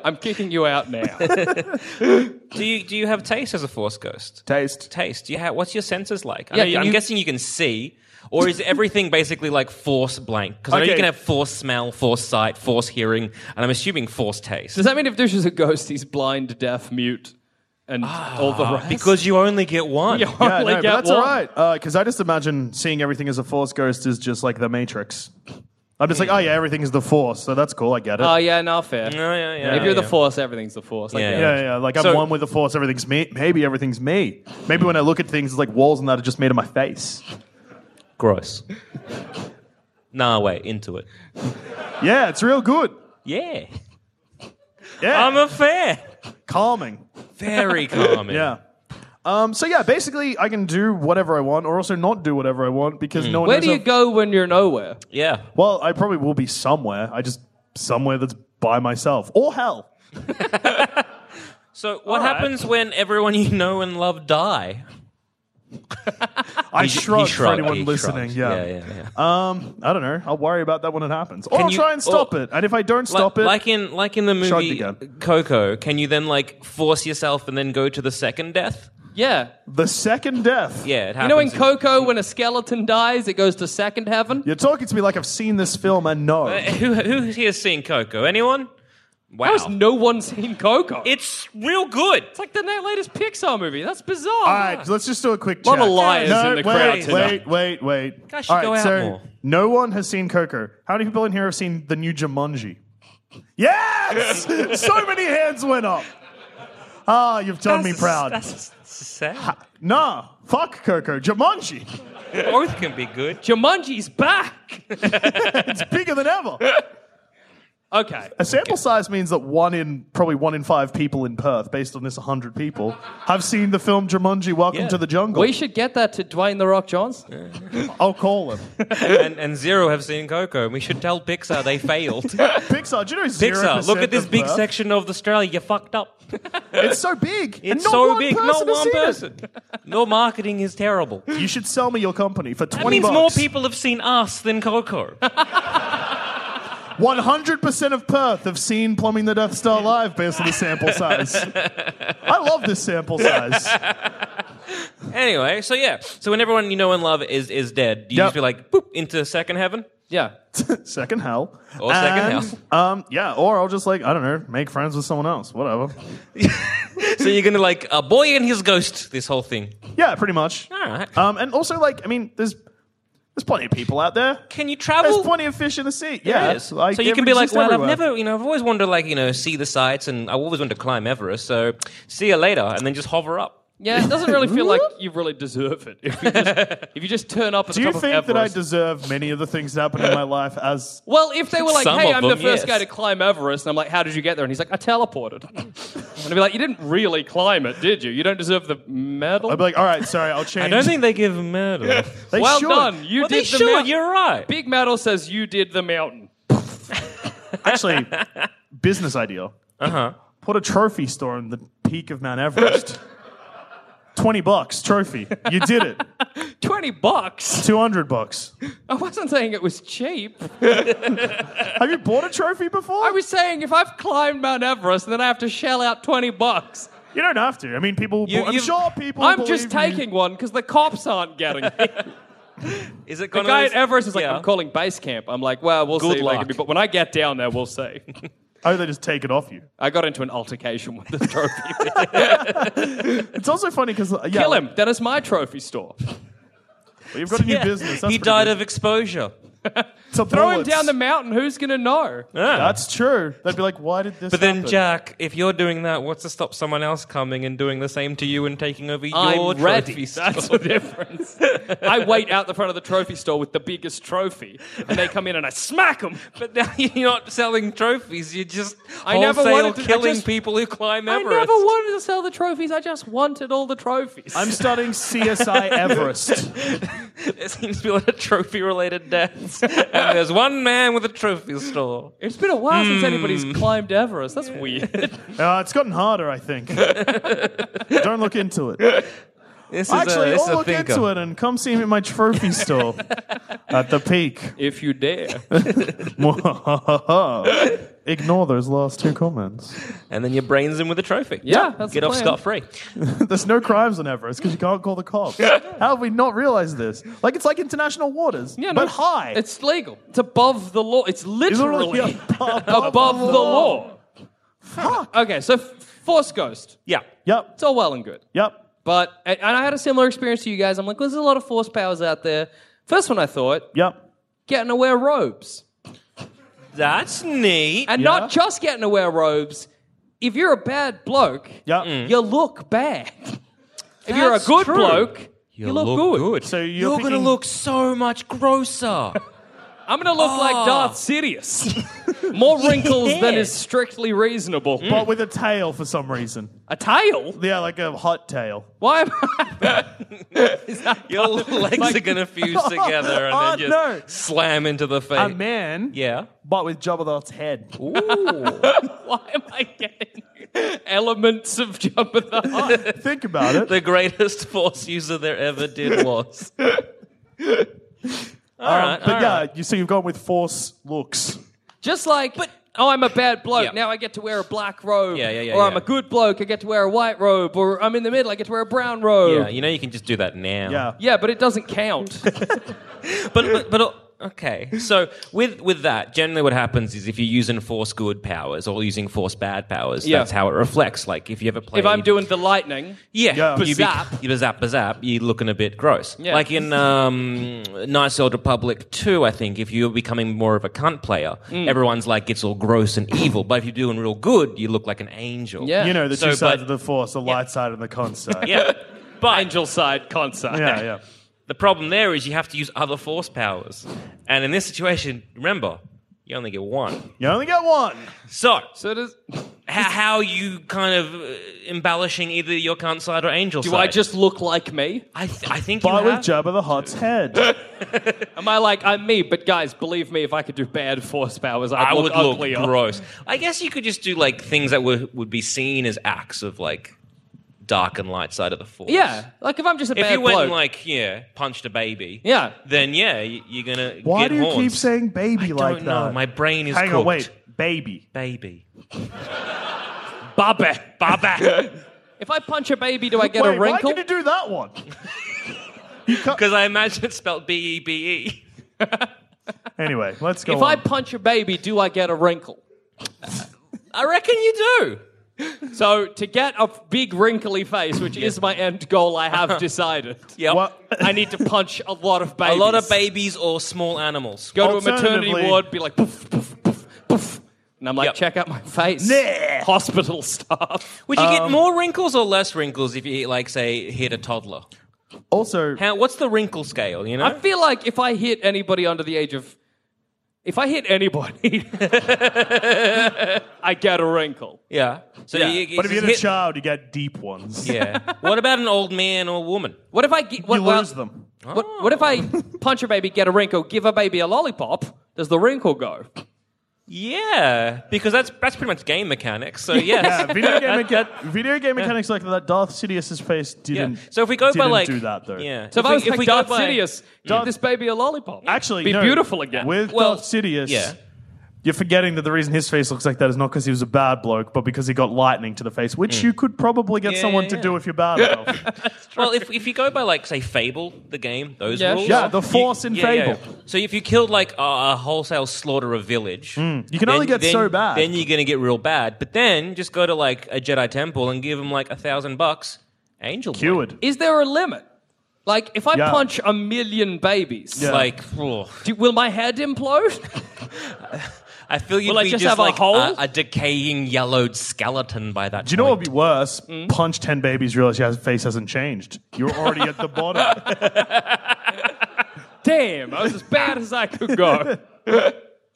S4: I'm kicking you out <laughs> now.
S3: do you do you have taste as a force ghost?
S2: Taste.
S3: taste? Do you have, what's your senses like? I
S4: Yeah,
S3: know you-
S4: can
S3: I'm
S4: you-
S3: guessing you can see, or is everything basically like force blank? Because I know you
S2: Okay.
S3: can have force smell, force sight, force hearing, and I'm assuming force taste.
S4: Does that mean if Dush is a ghost, he's blind, deaf, mute, and all the rest? <laughs>
S3: because you only get one.
S4: You <laughs>
S2: Yeah,
S4: hardly
S2: no, but
S4: get
S2: that's
S4: one.
S2: all right. Because I just imagine seeing everything as a force ghost is just like the Matrix. I'm just like, oh yeah, everything is the force, so that's cool. I get it.
S4: Hmm. Oh yeah, no fair.
S3: No, yeah, yeah,
S4: if you're the
S3: yeah.
S4: force, everything's the force. I
S3: Yeah,
S4: get it.
S3: yeah.
S2: Yeah, yeah. Like I'm
S3: So-
S2: one with the force. Everything's me. Maybe everything's me. Maybe when I look at things, it's like walls and that are just made of my face.
S3: Gross. nah, wait, into it.
S2: Yeah, it's real good.
S3: Yeah.
S2: Yeah,
S3: I'm a fan.
S2: calming.
S3: Very calming.
S2: Yeah. Um, so yeah, basically, I can do whatever I want, or also not do whatever I want because
S3: Hmm.
S2: no one.
S4: Where
S2: knows
S4: do you
S2: I've-
S4: go when you're nowhere?
S3: Yeah.
S2: Well, I probably will be somewhere. I just somewhere that's by myself or hell.
S3: So, what happens when everyone you know and love die?
S2: I
S3: He- he
S2: shrug for
S3: shrugged,
S2: anyone
S3: he shrugged.
S2: listening.
S3: yeah,
S2: Yeah.
S3: yeah, yeah.
S2: Um, I don't know. I'll worry about that when it happens, or
S3: Can
S2: I'll
S3: you-
S2: try and stop
S3: or-
S2: it. And if I don't stop
S3: like,
S2: it,
S3: like in like in the
S2: Shrugged
S3: movie
S2: again.
S3: Coco, can you then like force yourself and then go to the second death?
S4: Yeah.
S2: The second death.
S3: Yeah, it
S4: You know in
S3: happens.
S4: Coco, when a skeleton dies, it goes to second heaven?
S2: You're talking to me like I've seen this film
S3: <laughs>
S2: and know.
S3: Uh, Who who here's seen Coco? Anyone? Wow.
S4: How has no one seen Coco?
S3: It's real good.
S4: It's like the na- latest Pixar movie. That's bizarre.
S2: All right, let's just do a quick
S4: Lot
S2: check.
S4: of liars
S2: Ah, no,
S4: in the
S2: wait,
S4: crowd
S2: Wait,
S4: tonight.
S2: wait, wait.
S3: Gosh, you
S2: All right,
S3: go out
S2: so
S3: more.
S2: no one has seen Coco. How many people in here have seen the new Jumanji?
S3: <laughs>
S2: Yes! so many hands went up. Ah, you've done me proud.
S3: That's sad.
S2: Nah, fuck Coco. Jumanji.
S3: Both can be good.
S4: Jumanji's back.
S2: It's bigger
S3: <laughs>
S2: than ever.
S4: Okay.
S2: A sample size means that one in probably one in five people in Perth, based on this 100 people, have seen the film Jumanji: Welcome
S3: Yeah.
S2: to the Jungle.
S4: We should get that to Dwayne The Rock Johnson.
S2: I'll
S3: <laughs>
S2: call him.
S3: <laughs> And, and zero have seen Coco. And we should tell Pixar they
S2: <laughs>
S3: failed.
S2: Pixar, do you know zero
S3: Pixar, look at
S2: percent
S3: this
S2: of
S3: big
S2: Perth?
S3: section of Australia. You fucked up.
S2: It's so big. and
S3: It's
S2: not
S3: so
S2: one
S3: big.
S2: person
S3: Not
S2: has
S3: one
S2: seen it.
S3: person. No marketing is terrible.
S2: You should sell me your company for 20
S3: That means
S2: bucks.
S3: more people have seen us than Coco.
S2: 100% of Perth have seen Plumbing the Death Star live based on the sample size. I love this
S3: <laughs>
S2: sample size.
S3: anyway, so yeah. So when everyone you know and love is is dead, you
S2: Yep.
S3: just be like boop into second heaven.
S4: Yeah.
S2: Second hell.
S3: Or second
S2: And, Um, yeah, or I'll just like, I don't know, make friends with someone else, whatever.
S3: So you're gonna like a boy and his ghost. This whole thing.
S2: Yeah, pretty much.
S3: All right.
S2: Um, and also, like, I mean, there's there's plenty of people out there.
S3: Can you
S2: There's
S3: travel?
S2: plenty of fish in the sea.
S3: There
S2: Yeah.
S3: is.
S2: like,
S3: so you
S2: it
S3: can be like,
S2: exists
S3: well,
S2: everywhere.
S3: I've never, you know, I've always wanted to like, you know, see the sights, and I always wanted to climb Everest. So see you later, and then just hover up.
S4: Yeah, it doesn't really feel like you really deserve it. If you just, if you just turn up
S2: <laughs>
S4: at
S2: Do
S4: the
S2: you
S4: top
S2: think
S4: of
S2: that I
S4: Everest.
S2: deserve many of the things that happened in my life as
S4: well, if they were like,
S3: Some
S4: hey,
S3: of
S4: I'm the
S3: them, yes.
S4: first guy to climb Everest, and I'm like, how did you get there? And he's like, I teleported. <laughs> and I'd be like, you didn't really climb it, did you? You don't deserve the medal.
S2: I'd be like, all right, sorry, I'll change.
S3: I don't think they give medals.
S2: they
S4: well
S2: should.
S4: done. You
S3: well,
S4: did
S3: they
S4: the
S3: should.
S4: mountain.
S3: You're right.
S4: Big medal says you did the mountain.
S2: Actually, <laughs> business idea. Uh huh.
S4: Uh-huh.
S2: Put a trophy store on the peak of Mount Everest. Twenty bucks trophy. You did it.
S4: 20 bucks. <laughs>
S2: Two hundred bucks.
S4: I wasn't saying it was cheap.
S2: Have you bought a trophy before?
S4: I was saying if I've climbed Mount Everest and then I have to shell out 20 bucks,
S2: you don't have to. I mean, people.
S3: You-
S2: bo- I'm
S3: you-
S2: sure people.
S4: I'm
S2: believe
S4: just
S2: you.
S4: taking one because the cops aren't getting it.
S3: <laughs> Is it
S4: The
S3: gonna
S4: guy at Everest is like,
S3: Yeah.
S4: I'm calling base camp. I'm like, well, we'll
S3: Good
S4: see. if I can
S3: luck.
S4: be- But when I get down there, we'll see. <laughs>
S2: Oh, they just take it off you.
S4: I got into an altercation with the trophy.
S2: It's also funny because yeah,
S4: Kill him. That is my trophy store.
S2: Well, you've got a new
S3: Yeah.
S2: business. That's
S3: he
S2: pretty
S3: died
S2: good.
S3: of exposure.
S2: To
S4: Throw him
S2: bullets.
S4: down the mountain. Who's going to know?
S2: That's true. They'd be like, why did this?
S3: But then,
S2: happen?
S3: Jack, if you're doing that, what's to stop someone else coming and doing the same to you and taking over your
S4: I'm ready.
S3: trophy
S4: That's
S3: store?
S4: the difference. I wait out the front of the trophy store with the biggest trophy, and they come in and I smack them.
S3: But now <laughs> you're not selling trophies. You're just
S4: I never
S3: wholesale
S4: wanted to- I
S3: killing
S4: just-
S3: people who climb
S4: I
S3: Everest.
S4: never wanted to sell the trophies. I just wanted all the trophies. <laughs>
S2: I'm starting CSI Everest.
S3: There seems to be a lot of trophy-related deaths, and there's one man with a trophy store.
S4: it's been a while since anybody's climbed Everest. That's weird.
S2: Uh, it's gotten harder, I
S3: <laughs>
S2: think. Don't look into it.
S3: This is
S2: Actually,
S3: a, this is
S2: I'll
S3: a
S2: look
S3: thinker.
S2: into it and come see me at my trophy store at the
S3: <laughs>
S2: peak.
S4: <laughs> if you dare.
S2: Ignore those last two comments. <laughs>
S3: And then your brain's in with a trophy.
S4: Yeah, that's
S3: get
S4: the
S3: off
S4: plan.
S3: scot free.
S2: There's no crimes on Everest because you can't call
S3: <laughs>
S2: the cops. How have we not realized this? Like it's like international waters,
S4: Yeah, no,
S2: but high.
S4: It's legal. It's above the law. It's
S2: It's
S4: literally
S2: literally above,
S4: above the law.
S2: Fuck.
S4: Okay, so f- Force Ghost.
S3: Yeah.
S2: Yep.
S4: It's all well and good.
S2: Yep.
S4: But, and and I had a similar experience to you guys. I'm like, there's a lot of Force powers out there. First one I thought,
S2: Yep.
S4: getting to wear robes.
S3: That's neat.
S4: And
S2: Yeah.
S4: not just getting to wear robes. If you're a bad bloke, Mm.
S2: Yep.
S4: you look bad. <laughs> if you're a
S3: That's
S4: good
S3: true.
S4: bloke, you, look, good.
S2: So you're,
S3: You're, going to
S2: thinking-
S3: look so much grosser.
S4: I'm going to look like
S3: Ah.
S4: Darth Sidious. <laughs> More wrinkles than
S3: Yeah.
S4: is strictly reasonable.
S2: but with a tail for some reason.
S4: A tail?
S2: Yeah, like a hot tail.
S4: Why am I...
S3: <laughs>
S4: <laughs>
S3: <laughs> Your legs are going to fuse together and
S2: Oh,
S3: then just
S2: no.
S3: slam into the face.
S2: A man,
S3: Um, yeah.
S2: but with Jabba the Hutt's head.
S4: Why am I
S3: <laughs>
S4: getting elements of Jabba the Hutt?
S2: Think about it.
S3: The greatest force user there ever did was. all right.
S2: Um, but yeah, you see, you've gone with force looks.
S4: Just like
S3: But
S4: oh, I'm a bad bloke.
S3: Yeah.
S4: Now I get to wear a black robe.
S3: Yeah, yeah, yeah,
S4: Or I'm
S3: yeah.
S4: a good bloke. I get to wear a white robe. Or I'm in the middle. I get to wear a brown robe.
S3: Yeah, you know you can just do that now.
S2: Yeah.
S4: Yeah, but it
S3: <laughs>
S4: doesn't count.
S3: <gasps> but but, but uh, okay. So with with that, generally what happens is if you're using force good powers or using force bad powers,
S4: Yeah.
S3: that's how it reflects. Like if you ever play,
S4: if I'm doing the lightning,
S3: yeah,
S2: Yeah.
S3: you be-
S4: Bazap.
S3: you bazap, bazap, you're looking a bit gross.
S4: Yeah.
S3: Like in um, Nice Old Republic Two, I think if you're becoming more of a cunt player, everyone's like gets all gross and evil. But if you're doing real good, you look like an angel.
S4: Yeah.
S2: You know, the
S3: So,
S2: two sides
S3: but-
S2: of the force, the light side and the con
S3: <laughs>
S2: side.
S3: yeah. But
S4: angel side, con side.
S2: yeah, yeah.
S3: The problem there is you have to use other force powers. And in this situation, remember, you only get one.
S2: You only get one.
S3: So,
S4: So does.
S3: how, how are you kind of uh, embellishing either your cunt side or angel
S4: Do
S3: side?
S4: I just look like me?
S3: I, th- I think you
S2: But with
S3: have.
S2: Jabba the
S3: <laughs>
S2: Hutt's head.
S4: Am I like I'm me? But guys, believe me, if I could do bad force powers, I'd
S3: I
S4: look
S3: would
S4: uglier.
S3: look gross. I guess you could just do like things that would would be seen as acts of like dark and light side of the force.
S4: Yeah, like if I'm just a
S3: If
S4: bad
S3: you went
S4: bloke.
S3: and like yeah punched a baby,
S4: Yeah.
S3: then yeah you- you're gonna.
S2: Why
S3: get
S2: do you keep
S3: horns.
S2: saying baby
S3: I
S2: like
S3: don't
S2: that?
S3: know. My brain is
S2: Hang
S3: cooked.
S2: on, wait. Baby.
S3: baby.
S4: Baba.
S3: Baba.
S4: If I punch a baby, do I get
S2: wait,
S4: a wrinkle?
S2: Why did you do
S3: <laughs>
S2: that one?
S3: Because I imagine it's spelled B E B E.
S2: Anyway, let's go
S4: if
S2: on.
S4: I punch a baby, do I get
S3: <laughs>
S4: a wrinkle?
S3: I reckon you do.
S4: So to get a big wrinkly face, which is my end goal,
S3: <laughs>
S4: I have decided.
S3: Yep.
S2: What-
S4: <laughs> I need to punch a lot of
S3: A
S4: babies.
S3: lot of babies or small animals.
S4: Go to a maternity
S2: Alternatively-
S4: ward, be like poof, poof, poof, poof, and I'm like,
S3: Yep.
S4: check out my face.
S2: Nah.
S4: Hospital <laughs> staff.
S3: Would you get more wrinkles or less wrinkles if you like say hit a toddler?
S2: also,
S3: How, what's the wrinkle scale? You know,
S4: I feel like if I hit anybody under the age of, if I hit anybody, <laughs> I get a wrinkle.
S3: yeah. So
S4: Yeah.
S3: you,
S2: but if you're
S3: just
S2: a
S3: hit-
S2: child, you get deep ones. <laughs>
S3: yeah. What about an old man or woman?
S4: What if I get? What,
S2: You
S4: well,
S2: lose them.
S4: What, what if I
S3: Oh.
S4: punch a baby, get a wrinkle, give a baby a lollipop? Does the wrinkle go?
S3: Yeah, because that's that's pretty much game mechanics. So yes. <laughs>
S2: Yeah, video game, mecha- video game mechanics like that. Darth Sidious's face
S3: Yeah.
S2: didn't.
S3: So if we go by
S2: didn't
S3: like
S2: do that though.
S3: yeah.
S4: So if, I was like Darth
S3: go by-
S4: Sidious, give this baby a lollipop.
S2: Actually,
S4: be
S2: no,
S4: beautiful again.
S2: With
S3: Well,
S2: Darth Sidious,
S3: yeah.
S2: you're forgetting that the reason his face looks like that is not because he was a bad bloke, but because he got lightning to the face, which you could probably get
S3: Yeah,
S2: someone
S3: yeah,
S2: to
S3: yeah.
S2: do if you're bad enough.
S3: Well, if, if you go by like say Fable, the game, those
S4: Yeah,
S3: rules. <laughs>
S4: sure. Yeah,
S2: the force in Fable.
S3: So if you killed like a, a wholesale slaughter of village,
S2: Mm. You can only get so bad.
S3: Then you're gonna get real bad. But then just go to like a Jedi temple and give them like a thousand bucks. Angel boy.
S2: Cured.
S4: Is there a limit? Like, if I
S2: Yeah.
S4: punch a million babies,
S2: Yeah.
S3: Like, oh,
S4: do, will my head implode? <laughs>
S3: I feel you'd
S4: Will I
S3: be
S4: just
S3: just,
S4: have a
S3: like
S4: hole?
S3: a decaying yellowed skeleton by that.
S2: Do you know what would be worse? Punch 10 babies, realize your face hasn't changed. You're already at the bottom.
S4: Damn, I was as bad as I could go.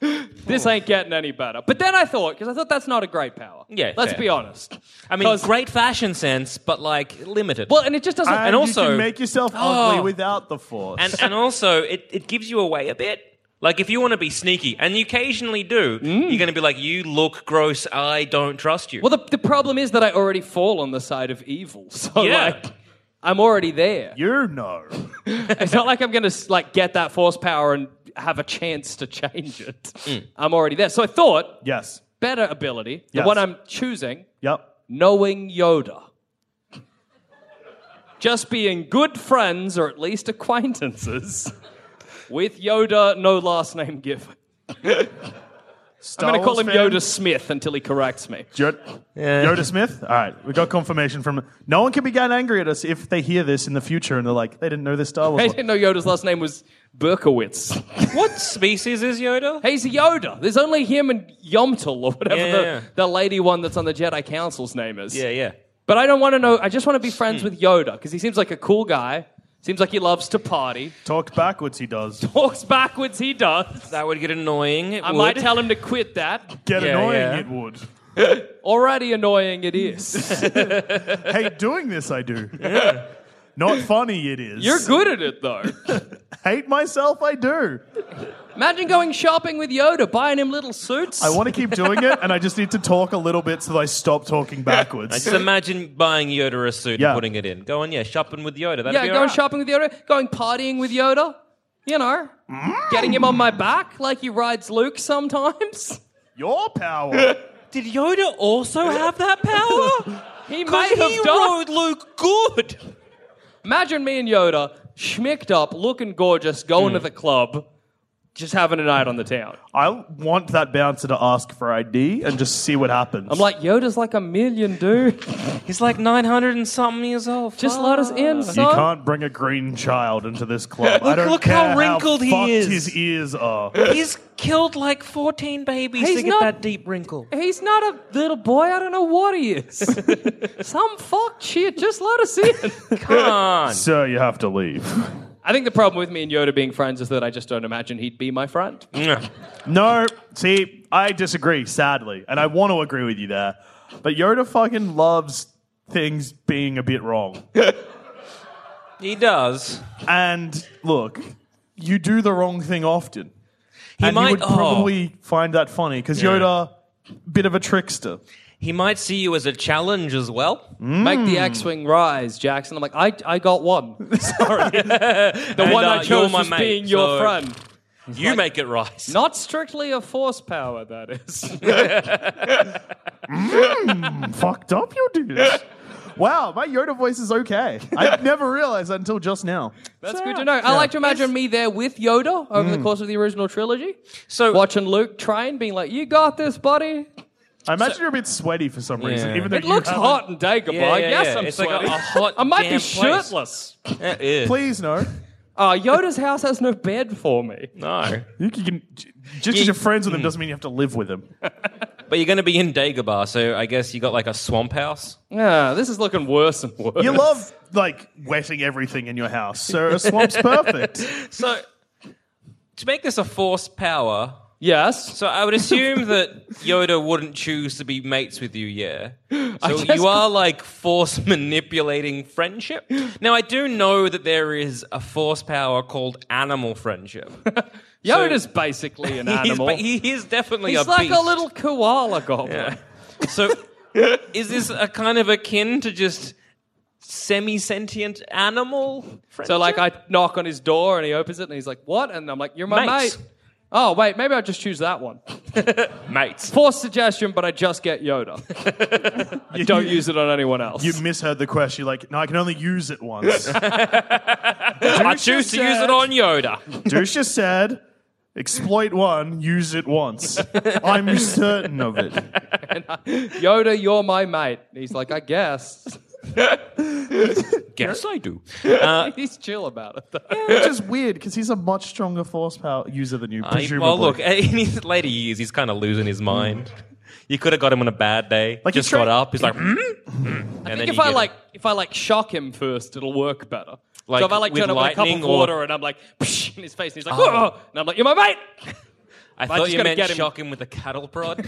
S4: <laughs> this ain't getting any better. But then I thought, because I thought that's not a great power.
S3: Yeah,
S4: let's
S3: fair.
S4: be honest.
S3: I mean,
S4: 'Cause-
S3: great fashion sense, but like limited.
S4: Well, and it just doesn't.
S2: and
S4: and
S2: you
S3: also-
S2: can make yourself ugly
S3: Oh.
S2: without the force.
S3: and and also it, it gives you away a bit. Like if you want to be sneaky, and you occasionally do, you're going to be like, "You look gross. I don't trust you."
S4: Mm. Well, the, the problem is that I already fall on the side of evil. <laughs> So,
S3: Yeah.
S4: like, I'm already there.
S2: you know.
S4: It's not like I'm going to, like, get that force power and have a chance to change it.
S3: Mm.
S4: I'm already there. So I thought,
S2: Yes.
S4: better ability, the
S2: Yes.
S4: one I'm choosing,
S2: Yep.
S4: knowing Yoda. Just being good friends, or at least acquaintances, <laughs> with Yoda, no last name given. I'm going to call him Yoda Smith until he corrects me.
S2: Yoda, Yoda Smith? All right. We got confirmation from. No one can be getting angry at us if they hear this in the future and they're like, they didn't know this Star Wars.
S4: I
S2: was-
S4: didn't know Yoda's last name was Berkowitz.
S3: what species is Yoda?
S4: He's a Yoda. There's only him and Yomtul or whatever
S3: Yeah,
S4: the,
S3: yeah.
S4: the lady one that's on the Jedi Council's name is.
S3: Yeah, yeah.
S4: But I don't want to know. I just want to
S3: Hmm.
S4: be friends with Yoda because he seems like a cool guy. Seems like he loves to party. <laughs>
S2: Talk backwards, he does.
S4: Walks backwards, he does.
S3: That would get annoying. It
S4: I
S3: would.
S4: might tell him to quit that.
S2: Get
S3: Yeah,
S2: annoying,
S3: yeah.
S2: it would.
S4: Already annoying it is.
S3: <laughs>
S2: hey, doing this, I do. Not funny, it is.
S4: You're good at it though.
S2: Hate myself, I do.
S4: Imagine going shopping with Yoda, buying him little suits.
S2: I want to keep doing it, and I just need to talk a little bit so that I stop talking backwards.
S3: Just imagine buying Yoda a suit
S2: Yeah.
S3: and putting it in. Go on, yeah, shopping with Yoda. That'd
S4: yeah,
S3: be
S4: going
S3: alright.
S4: shopping with Yoda, going partying with
S3: Mm.
S4: Yoda. You know, getting him on my back like he rides Luke sometimes. <laughs>
S2: Your power.
S3: Did Yoda also have that
S4: <laughs>
S3: power?
S4: He
S3: 'Cause
S4: might have
S3: he
S4: done.
S3: rode Luke good.
S4: Imagine me and Yoda, schmicked up, looking gorgeous, going
S3: Hmm.
S4: to the club, just having a night on the town.
S2: I want that bouncer to ask for ID and just see what happens.
S4: I'm like, Yoda's like a million, dude.
S3: He's like 900 and something years old.
S4: Just let us in,
S2: you
S4: son.
S2: can't bring a green child into this
S3: <laughs>
S2: club. I
S3: Look-
S2: don't
S3: look
S2: care
S3: how wrinkled he
S2: fucked
S3: is.
S2: His ears are.
S3: He's killed like 14 babies
S4: He's
S3: to get
S4: not-
S3: that deep wrinkle.
S4: He's not a little boy. I don't know what he
S3: <laughs>
S4: is. Some fuck shit. Just let us in.
S3: Come on.
S2: Sir, you have to leave. <laughs>
S4: I think the problem with me and Yoda being friends is that I just don't imagine he'd be my friend.
S2: No, see, I disagree, sadly, and I want to agree with you there. But Yoda fucking loves things being a bit wrong.
S3: he does.
S2: And look, you do the wrong thing often.
S3: He
S2: and
S3: might
S2: you would
S3: oh.
S2: probably find that funny because Yoda, bit of a trickster.
S3: He might see you as a challenge as well.
S4: Make the X-wing rise, Jackson. I'm like, I, I
S3: <laughs>
S4: got one. Sorry, the one
S3: uh,
S4: I
S3: you're
S4: chose
S3: my
S4: was
S3: mate,
S4: being your
S3: so-
S4: friend.
S3: You make it rise.
S4: Not strictly a force power, that
S3: <laughs>
S4: is.
S2: Fucked up, you
S3: <laughs>
S2: dude. wow, my Yoda voice is okay. I never realized that until just now.
S4: That's good to know. I like to imagine me there with Yoda over
S3: Mm.
S4: the course of the original trilogy.
S3: So-
S4: watching Luke train, being like, "You got this, buddy."
S2: I imagine you're a bit sweaty for some reason,
S3: Yeah.
S2: even though
S4: It
S2: you
S4: looks
S2: haven't-
S4: hot in Dagobah.
S3: Yeah, yeah,
S4: yes,
S3: yeah.
S4: I'm
S3: It's like a- oh.
S4: sweaty.
S3: a hot
S4: I might be
S3: damn place.
S4: shirtless.
S3: It is.
S2: Please no.
S4: Uh, Yoda's house has no bed for me.
S3: No.
S2: You can- you can just because you're friends with
S3: mm.
S2: them doesn't mean you have to live with them.
S3: But you're going to be in Dagobah, so I guess you got like a swamp house.
S4: Yeah, this is looking worse and worse.
S2: You love like wetting everything in your house, so
S3: <laughs>
S2: a swamp's perfect.
S3: So to make this a force power,
S4: yes.
S3: so
S4: <laughs>
S3: I would assume that Yoda wouldn't choose to be mates with you,
S4: <gasps>
S3: yeah. So
S4: guess-
S3: you are like force <laughs> manipulating
S4: <gasps>
S3: friendship. Now I do know that there is a force power called animal
S4: <laughs>
S3: friendship. <laughs>
S4: Yoda's basically an
S3: He's,
S4: animal.
S3: but he is definitely
S4: He's
S3: a
S4: like a
S3: beast. <laughs>
S4: little koala goblin. <laughs>
S3: So is this a kind of akin to just semi-sentient animal friendship?
S4: So like I knock on his door and he opens it and he's like, "What?" And I'm like, "You're my
S3: Mates.
S4: mate." Oh wait, maybe I'll just choose that one.
S3: mates.
S4: Forced suggestion, but I just
S3: <laughs>
S4: get Yoda. I don't use it on anyone else.
S2: You misheard the question. You're like, no, I can only use it
S3: <laughs>
S2: once.
S3: I choose to use it on Yoda.
S4: <laughs>
S2: Dusha said, exploit one, use it once. I'm certain of it.
S4: Yoda, you're my mate. And he's like, I guess. <laughs>
S3: Guess I do.
S4: he's chill about it. Though.
S2: Which is weird because he's a much stronger force power user than you, presumably.
S3: well, look, <laughs> in his later years, he's kind of losing his mind. You could have got him on a bad day.
S2: Like, he
S3: just
S2: tried-
S3: got up. He's like, hmm?
S4: I
S3: And
S4: think
S3: then
S4: if
S3: you
S4: I
S3: get
S4: like,
S3: it.
S4: if I like shock him first, it'll work better.
S3: Like,
S4: so if I like
S3: with
S4: turn up with a cup of
S3: lightning or-
S4: water and I'm like, psh, in his face, and he's like,
S3: Oh.
S4: oh, and I'm like, you're my mate.
S3: I
S4: just
S3: thought you
S4: gotta
S3: meant
S4: get him-
S3: shock him with a cattle
S4: <laughs>
S3: prod.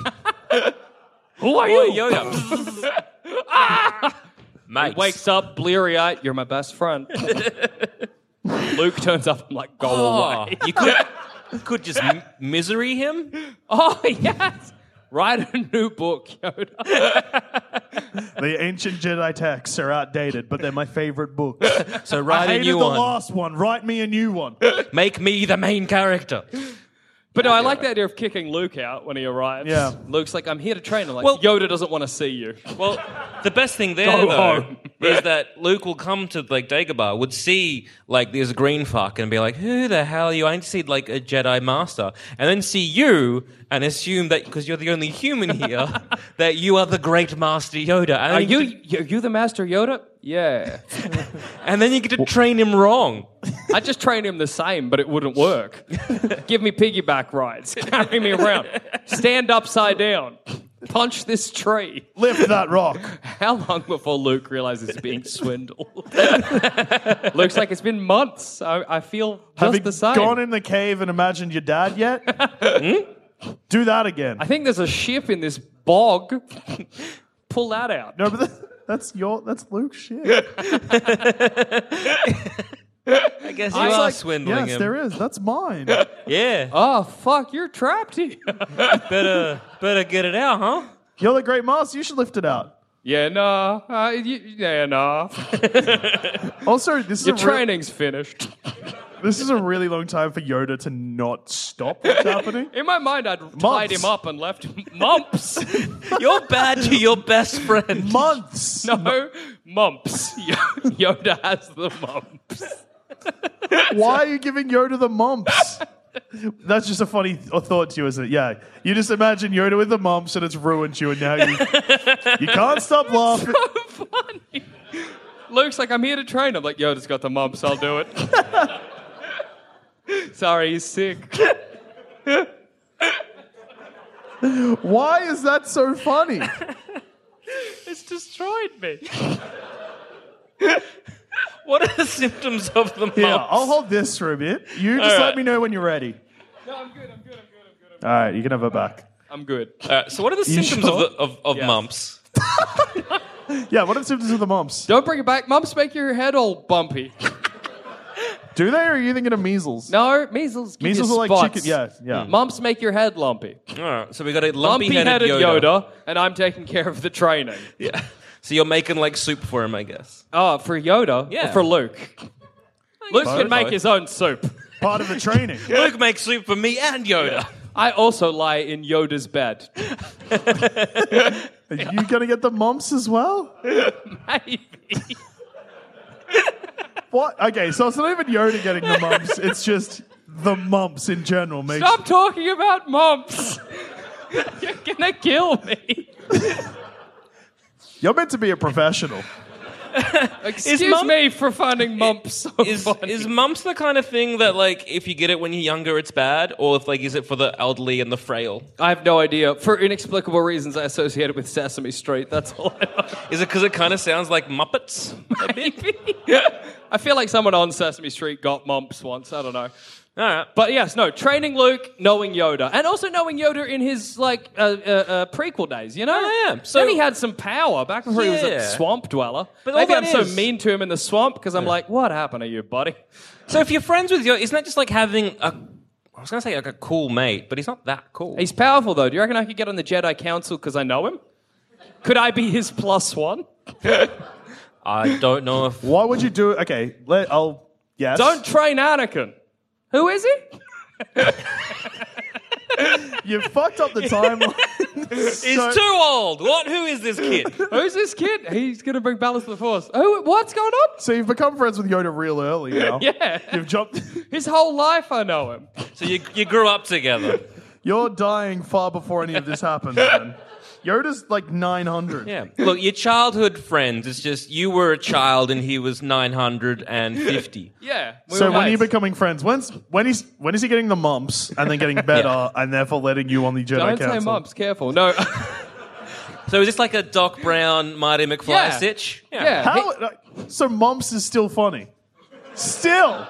S4: Who are
S3: Boy,
S4: you?
S3: <laughs>
S4: <laughs>
S3: Yoda. Mate.
S4: Wakes up bleary eyed. You're my best friend. Luke turns up. I'm like, go
S3: <laughs> Oh,
S4: away.
S3: you could, you could just m- misery him.
S4: Oh yes. Write a new book, Yoda.
S2: the ancient Jedi texts are outdated, but they're my favorite books.
S3: So
S2: I
S3: write a
S2: hated
S3: new
S2: the
S3: one.
S2: last one. Write me a new one.
S3: Make me the main character.
S4: But no, I like the idea of kicking Luke out when he arrives.
S2: Yeah.
S4: Luke's like, I'm here to train. I'm like,
S3: Well-
S4: Yoda doesn't want to see you.
S3: Well, the best thing there
S4: Go
S3: though
S4: home.
S3: is that Luke will come to like Dagobah, would see like this green fuck and be like, "Who the hell are you?" I ain't see like a Jedi master, and then see you and assume that because you're the only human
S2: <laughs>
S3: here that you are the great Master Yoda, and
S4: Are
S3: then
S4: you,
S3: get
S4: you- are you the master Yoda? Yeah.
S3: to- and then you get to train him
S2: <laughs>
S3: wrong.
S4: I just trained him the same, but it wouldn't work.
S3: <laughs>
S4: Give me piggyback rides. <laughs> Carry me around. Stand upside down. Punch this tree.
S2: Lift that rock.
S4: How long before Luke realizes he's being swindled? <laughs> Looks like it's been months. I, I feel just
S2: Have you
S4: the same.
S2: gone in the cave and imagined your dad yet? Do that again.
S4: I think there's a ship in this bog. <laughs> Pull that out.
S2: No, but that- that's your that's Luke's shit.
S3: I guess you
S4: I was
S3: are
S4: like,
S3: swindling
S2: yes,
S3: him.
S2: there is. That's mine.
S3: Yeah,
S4: Oh, fuck, you're trapped here. <laughs>
S3: better better get it out, huh?
S2: You're the great master. You should lift it out.
S4: yeah, nah. Uh, y- yeah, nah.
S2: <laughs> Also, this
S4: Your
S2: is a real-
S4: training's finished.
S2: This is a really long time for Yoda to not stop what's happening.
S4: In my mind, I'd tied
S2: Mumps.
S4: him up and left him. Mumps?
S2: <laughs>
S3: You're bad to your best friend.
S2: Months.
S4: <laughs> No, mumps. Yoda has the mumps.
S2: Why are you giving Yoda the mumps? <laughs> That's just a funny th- thought to you, isn't it? Yeah. You just imagine Yoda with the mumps and it's ruined you, and now <laughs> you, you can't stop laughing.
S4: Funny. Luke's like, I'm here to train. I'm like, Yoda's got the mumps. I'll do it. <laughs> Sorry, he's sick.
S2: <laughs> Why is that so funny?
S4: It's destroyed me.
S3: What are the symptoms of the mumps?
S2: Yeah, I'll hold this for a bit. You just let
S3: right.
S2: me know when you're ready.
S4: No, I'm good. I'm good. I'm good. I'm good.
S2: All right, you can have her back.
S4: I'm good.
S3: All right, so what are the
S2: You
S3: symptoms
S2: sure?
S3: of, the, of, of
S4: Yes.
S3: mumps?
S2: Yeah, what are the symptoms of the mumps?
S4: Don't bring it back. Mumps make your head all bumpy.
S2: Do they, or are you thinking of measles?
S4: No, measles. Give
S2: measles
S4: you
S2: are like
S4: spots. Mm.
S2: chicken. Yeah, yeah.
S4: Mumps make your head lumpy.
S3: All right, so we got a lumpy-headed Yoda.
S4: Lumpy-headed Yoda. and I'm taking care of the training.
S3: Yeah. So you're making like soup for him, I guess.
S4: Oh, for Yoda?
S3: Yeah.
S4: Or for Luke? Luke
S3: Both.
S4: can make his own soup.
S2: Part of the <laughs> training.
S3: Luke makes soup for me and Yoda.
S4: I also lie in
S3: <laughs>
S4: Yoda's bed.
S2: Are you gonna get the mumps as well? What? Okay, so it's not even Yoda getting the mumps. It's just the mumps in general. Makes
S4: Stop talking about mumps. <laughs> You're gonna kill me.
S2: You're meant to be a professional.
S4: Excuse
S3: mum-
S4: me for finding mumps <laughs> so
S3: <laughs> Is
S4: funny.
S3: is mumps the kind of thing that like if you get it when you're younger it's bad, or if like is it for the elderly and the frail?
S4: I have no idea. For inexplicable reasons, I associate it with Sesame Street. That's all I know. <laughs>
S3: Is it because it kind of sounds like Muppets? A bit?
S4: I feel like someone on Sesame Street got mumps once. I don't know.
S3: All right.
S4: But yes, no, training Luke, knowing Yoda, and also knowing Yoda in his like uh, uh, uh, prequel days, you know.
S3: Oh, yeah. So-
S4: then he had some power back before he was a
S3: Yeah.
S4: swamp dweller.
S3: But all
S4: maybe
S3: that
S4: I'm so
S3: is-
S4: mean to him in the swamp because I'm like, what happened to you, buddy?
S3: So if you're friends with Yoda, isn't that just like having a? I was gonna say like a cool mate, but he's not that cool.
S4: He's powerful though. Do you reckon I could get on the Jedi Council because I know him? Could I be his plus one?
S3: I don't know
S4: <laughs>
S3: if
S2: Why would you do it? Okay, let, I'll. Yes.
S4: Don't
S2: <laughs>
S4: train Anakin. Who is he?
S2: You fucked up the timeline. <laughs>
S3: he's too old. What? Who is this kid?
S4: Who's this kid? He's gonna bring balance to the force. Who? What's going on?
S2: so you've become friends with Yoda real early now.
S4: Yeah.
S2: You've jumped. <laughs>
S4: His whole life I know him.
S3: So you you grew up together.
S2: You're dying far before any of this happens. Man. Yoda's like 900.
S3: Yeah. Look, your childhood friends. It's just you were a child and he was nine hundred and fifty.
S4: Yeah. we
S2: So
S4: were
S2: when are you
S4: mates.
S2: becoming friends? When's when is when is he getting the mumps and then getting better and therefore letting you on the Jedi
S4: Don't
S2: Council?
S4: say mumps. Careful. No. <laughs>
S3: So is this like a Doc Brown, Marty McFly
S4: Yeah.
S3: stitch?
S4: yeah.
S2: How? like, so mumps is still funny. Still.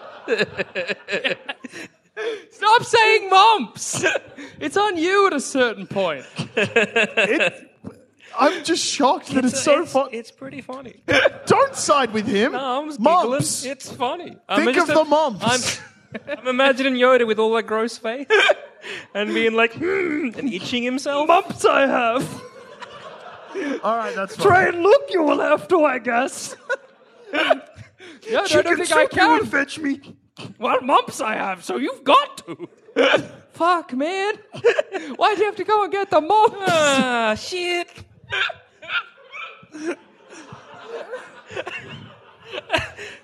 S4: Stop saying mumps. <laughs> It's on you at a certain point.
S2: It, I'm just shocked that it's, so funny.
S3: It's pretty funny.
S2: Don't side with him.
S3: I'm just
S2: Mumps.
S3: giggling. It's funny.
S2: Think of the mumps.
S3: I'm, I'm imagining Yoda with all that gross face <laughs> and being like, hmm, and itching himself.
S4: Mumps
S3: <laughs>
S4: I have.
S2: All right, that's fine.
S4: Try and look you will have to, I guess. yeah, I don't think I can.
S2: fetch me.
S4: Well, mumps I have, so you've got to. Fuck, man. <laughs> Why'd you have to go and get the mumps?
S3: Ah, shit.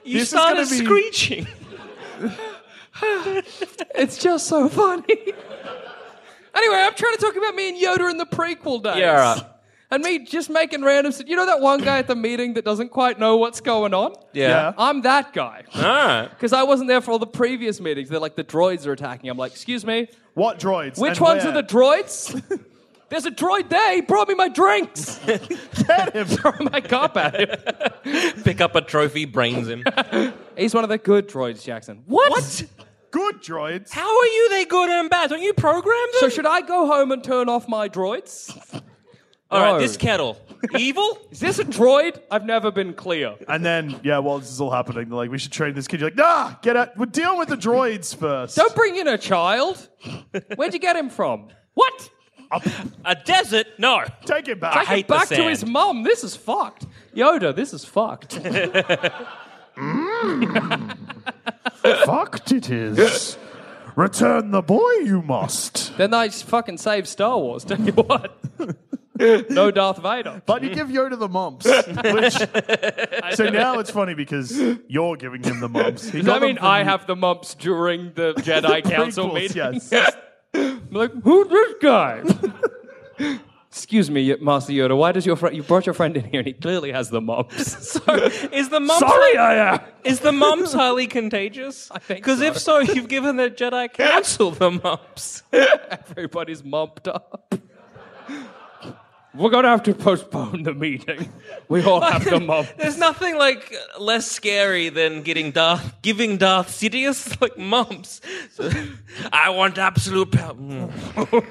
S3: you
S2: This is
S3: started
S2: gonna be-
S3: screeching.
S4: It's just so funny. anyway, I'm trying to talk about me and Yoda in the prequel days.
S3: Yeah, all right.
S4: And me just making random. You know that one guy at the meeting that doesn't quite know what's going on?
S3: Yeah.
S4: I'm that guy.
S3: All right.
S4: Because I wasn't there for all the previous meetings. They're like, the droids are attacking. I'm like, excuse me,
S2: What droids?
S4: which
S2: and
S4: ones
S2: where?
S4: are the droids? <laughs> There's a droid there. He brought me my drinks. <laughs>
S2: Get him.
S4: Throw my cop at him.
S3: Pick up a trophy, brains him.
S4: He's one of the good droids, Jackson. What?
S2: Good
S3: <laughs>
S2: droids.
S3: How are you? They good and bad? Don't you program them?
S4: So should I go home and turn off my droids?
S3: All right,
S4: No.
S3: this <laughs> kettle. Evil?
S4: Is this a droid? I've never been clear.
S2: And then, yeah, while this is all happening, they're like, we should train this kid. You're like, nah, get out. We're dealing with the droids first.
S4: Don't bring in a child. Where'd you get him from? What?
S3: A desert? No.
S2: Take it back.
S3: I hate the
S4: Back to his
S3: sand.
S4: mum. This is fucked. Yoda, this is fucked.
S2: Fucked it is. Return the boy you must.
S4: Then they just fucking save Star Wars, tell you what. <laughs> no Darth Vader.
S2: But you give Yoda the mumps.
S4: <laughs>
S2: Which, so now it's funny because you're giving him the mumps. He
S4: Does
S2: got
S4: that
S2: them
S4: mean
S2: from
S4: I have the mumps during <laughs> the Jedi Council
S2: prequels,
S4: meeting?
S2: Yes.
S4: <laughs> I'm like, who's this guy? <laughs> Excuse me, Master Yoda. Why does your friend? You brought your friend in here, and he clearly has the mumps. <laughs>
S3: So <laughs> is the mumps
S2: Sorry,
S3: like-
S2: I am.
S3: is the mumps highly contagious? uh- <laughs> I
S4: think
S3: Because if so, you've given the <laughs> Jedi Council the mumps.
S4: <laughs> Everybody's mumped up. <laughs> We're gonna have to postpone the meeting. We all have <laughs> the mumps.
S3: There's nothing like less scary than getting Darth, giving Darth Sidious like mumps. <laughs> I want absolute mm. power.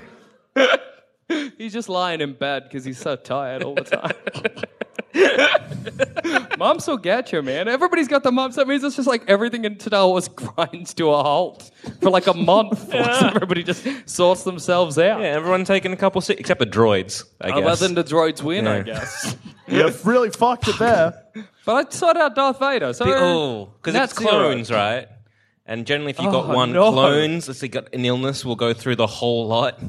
S4: He's just lying in bed because he's so tired all the time. <laughs> mumps will get you, man. Everybody's got the mumps. That means it's just like everything in Star Wars <laughs> grinds to a halt for like a month. Once Everybody just sorts themselves out.
S3: Yeah, everyone taking a couple si except the droids. I guess.
S4: Other than the droids win, I
S3: Yeah.
S4: guess.
S2: You've really
S4: <laughs>
S2: fucked it there.
S4: But I sought out Darth Vader. So
S3: The- oh, because it's
S4: that's zero.
S3: clones, right? And generally, if you got
S4: Oh,
S3: one
S4: no.
S3: clones, if they got an illness, will go through the whole lot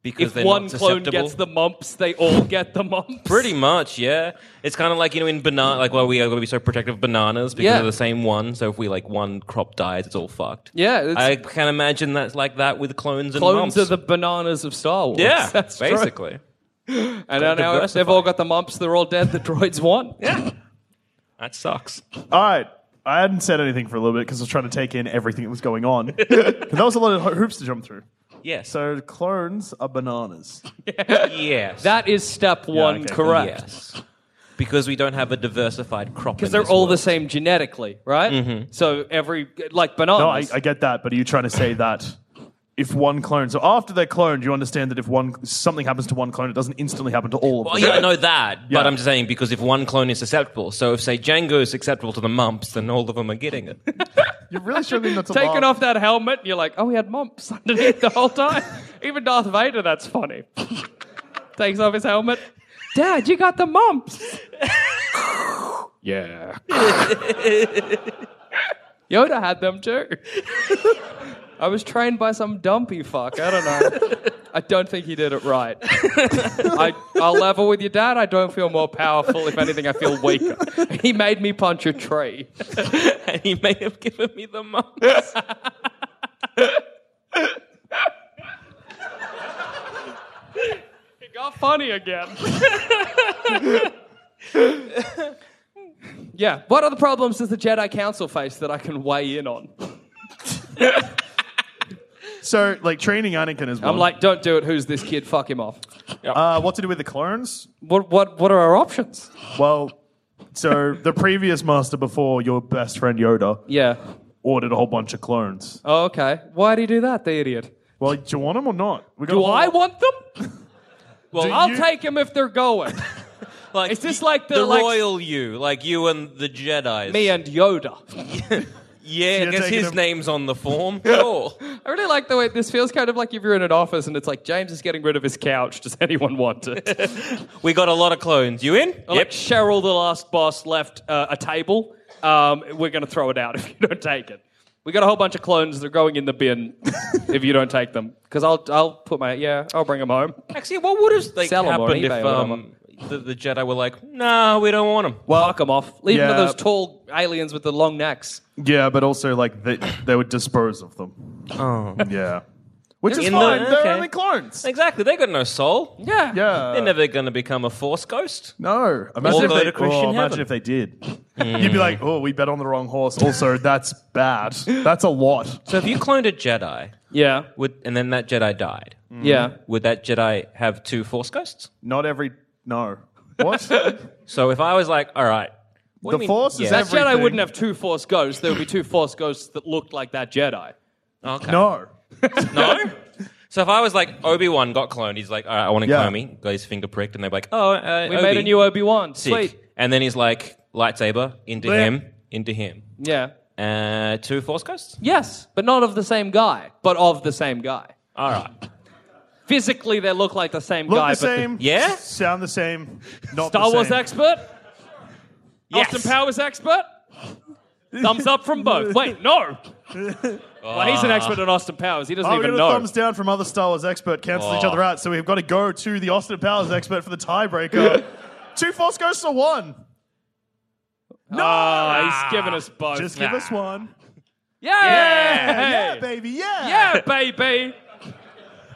S3: because
S4: If
S3: they're
S4: one
S3: not
S4: clone
S3: susceptible.
S4: gets the mumps, they all get the mumps.
S3: Pretty much, yeah. It's kind of like you know in banana, like why we are going to be so protective of bananas because
S4: Yeah.
S3: they're the same one. So if we like one crop dies, it's all fucked.
S4: <laughs> Yeah, it's-
S3: I can imagine that's like that with clones and
S4: Clones
S3: mumps.
S4: are the bananas of Star Wars.
S3: yeah,
S4: <laughs> that's true.
S3: basically.
S4: And now
S3: diversify.
S4: they've all got the mumps. They're all dead. The droids won.
S3: That sucks.
S2: All right. I hadn't said anything for a little bit because I was trying to take in everything that was going on.
S4: <laughs>
S2: 'Cause that was a lot of ho- hoops to jump through.
S3: Yes.
S2: So clones are bananas.
S3: yes.
S4: That is step one,
S2: okay.
S4: correct?
S3: yes. Because we don't have a diversified crop.
S4: Because they're all the same genetically, right? So every like
S2: Mm-hmm. No, I,
S4: bananas.
S2: I get that, but are you trying to say that if one clone, so after they're cloned, you understand that if one something happens to one clone, it doesn't instantly happen to all of
S3: Well,
S2: them.
S3: yeah, I know that,
S4: <laughs>
S2: Yeah.
S3: but I'm just saying because if one clone is susceptible, so if say Django is susceptible to the mumps, then all of them are getting it. <laughs>
S2: You're really struggling not to
S4: Taking
S2: laugh.
S4: off that helmet, you're like, oh, he had mumps <laughs> underneath the whole time. Even Darth Vader, that's funny. <laughs> Takes off his helmet. Dad, you got the mumps. yeah. <laughs> Yoda had them too. <laughs> I was trained by some dumpy fuck. I don't know. I don't think he did it right. I, I'll level with your dad. I don't feel more powerful. If anything, I feel weaker. He made me punch a tree.
S3: and he may have given me the mumps.
S4: It got funny again. <laughs> yeah. What other problems does the Jedi Council face that I can weigh in on?
S2: So, like training Anakin is one.
S4: I'm like, don't do it. Who's this kid? Fuck him off.
S2: uh, what to do with the clones?
S4: What? What? What are our options?
S2: Well, so the previous master before your best friend Yoda
S4: Yeah.
S2: ordered a whole bunch of clones.
S4: Oh, okay. Why do you do that, the idiot?
S2: Well, do you want them or not? We got a
S4: Do
S2: whole
S4: I
S2: lot-
S4: want them? <laughs> Well,
S2: Do
S4: I'll
S2: you-
S4: take them if they're going.
S3: Like
S4: Is this like the,
S3: the
S4: like,
S3: royal you, like you and the Jedi?
S4: Me and Yoda.
S3: yeah,
S2: you're
S3: because
S2: taking
S3: his
S2: him-
S3: name's on the
S4: <laughs>
S3: form. Sure.
S4: I really like the way this feels. Kind of like if you're in an office and it's like James is getting rid of his couch. Does anyone want it?
S3: we got a lot of clones. You in?
S4: Or Like Cheryl, the last boss, left uh, a table. Um, we're going to throw it out <laughs> if you don't take it. We got a whole bunch of clones. They're going in the bin <laughs> if you don't take them. Because I'll, I'll put my yeah, I'll bring them home.
S3: Actually, what would have like,
S4: Sell 'em on
S3: happened if
S4: eBay or
S3: um, the, the Jedi were like, "Nah, we don't want them."
S4: Well, Fuck them off. Leave them to
S2: yeah.
S4: those tall aliens with the long necks.
S2: Yeah, but also like they, they would dispose of them. Oh, yeah. Which is
S3: In the-
S2: fine. They're
S3: okay.
S2: only clones.
S3: Exactly. They got no soul.
S4: Yeah.
S2: Yeah.
S3: They're never going to become a Force ghost.
S2: No. Imagine, if
S3: go
S2: they,
S3: to Christian
S2: oh, imagine
S3: heaven.
S2: if they did. You'd be like, oh, we bet on the wrong horse. Also, that's bad. That's a lot.
S3: So if you cloned a Jedi,
S4: Yeah.
S3: would and then that Jedi died,
S2: Mm.
S4: Yeah.
S3: would that Jedi have two Force ghosts?
S2: Not every. No. What? <laughs> the
S3: So if I was like, "All right, what do you mean-
S2: force is
S3: Yeah.
S4: That
S2: everything.
S4: Jedi wouldn't have two Force ghosts. There would be two Force ghosts that looked like that Jedi.
S3: Okay.
S2: No.
S3: No. So if I was like Obi Wan got cloned, he's like, all right, I want to
S2: Yeah.
S3: clone me. Got his finger pricked, and they're like, oh, uh,
S4: We made a new Obi Wan. Sweet.
S3: And then he's like, lightsaber into
S2: Blech.
S3: him, into him.
S4: Yeah.
S3: Uh, two Force Ghosts.
S4: Yes, but not of the same guy, but of the same guy.
S3: All right.
S4: Physically, they look like the same
S2: Look
S4: guy.
S2: the same.
S3: Yeah?
S2: Sound the same. Not
S4: But the Star
S2: the
S4: Wars
S2: same.
S4: expert.
S3: Yes.
S4: Austin Powers expert? Thumbs up from
S2: <laughs>
S4: both. Wait, no. well, he's an expert on Austin Powers. He doesn't
S2: Ah. Oh, we got
S4: even
S2: a
S4: know.
S2: thumbs down from other Star Wars expert cancels each
S3: Oh.
S2: other out, so we've got to go to the Austin Powers expert for the tiebreaker. Two force goes to one.
S4: no, Ah, he's giving us both.
S2: Just give us one.
S4: yeah,
S2: Yeah,
S4: yeah, yeah,
S2: baby, yeah.
S4: baby.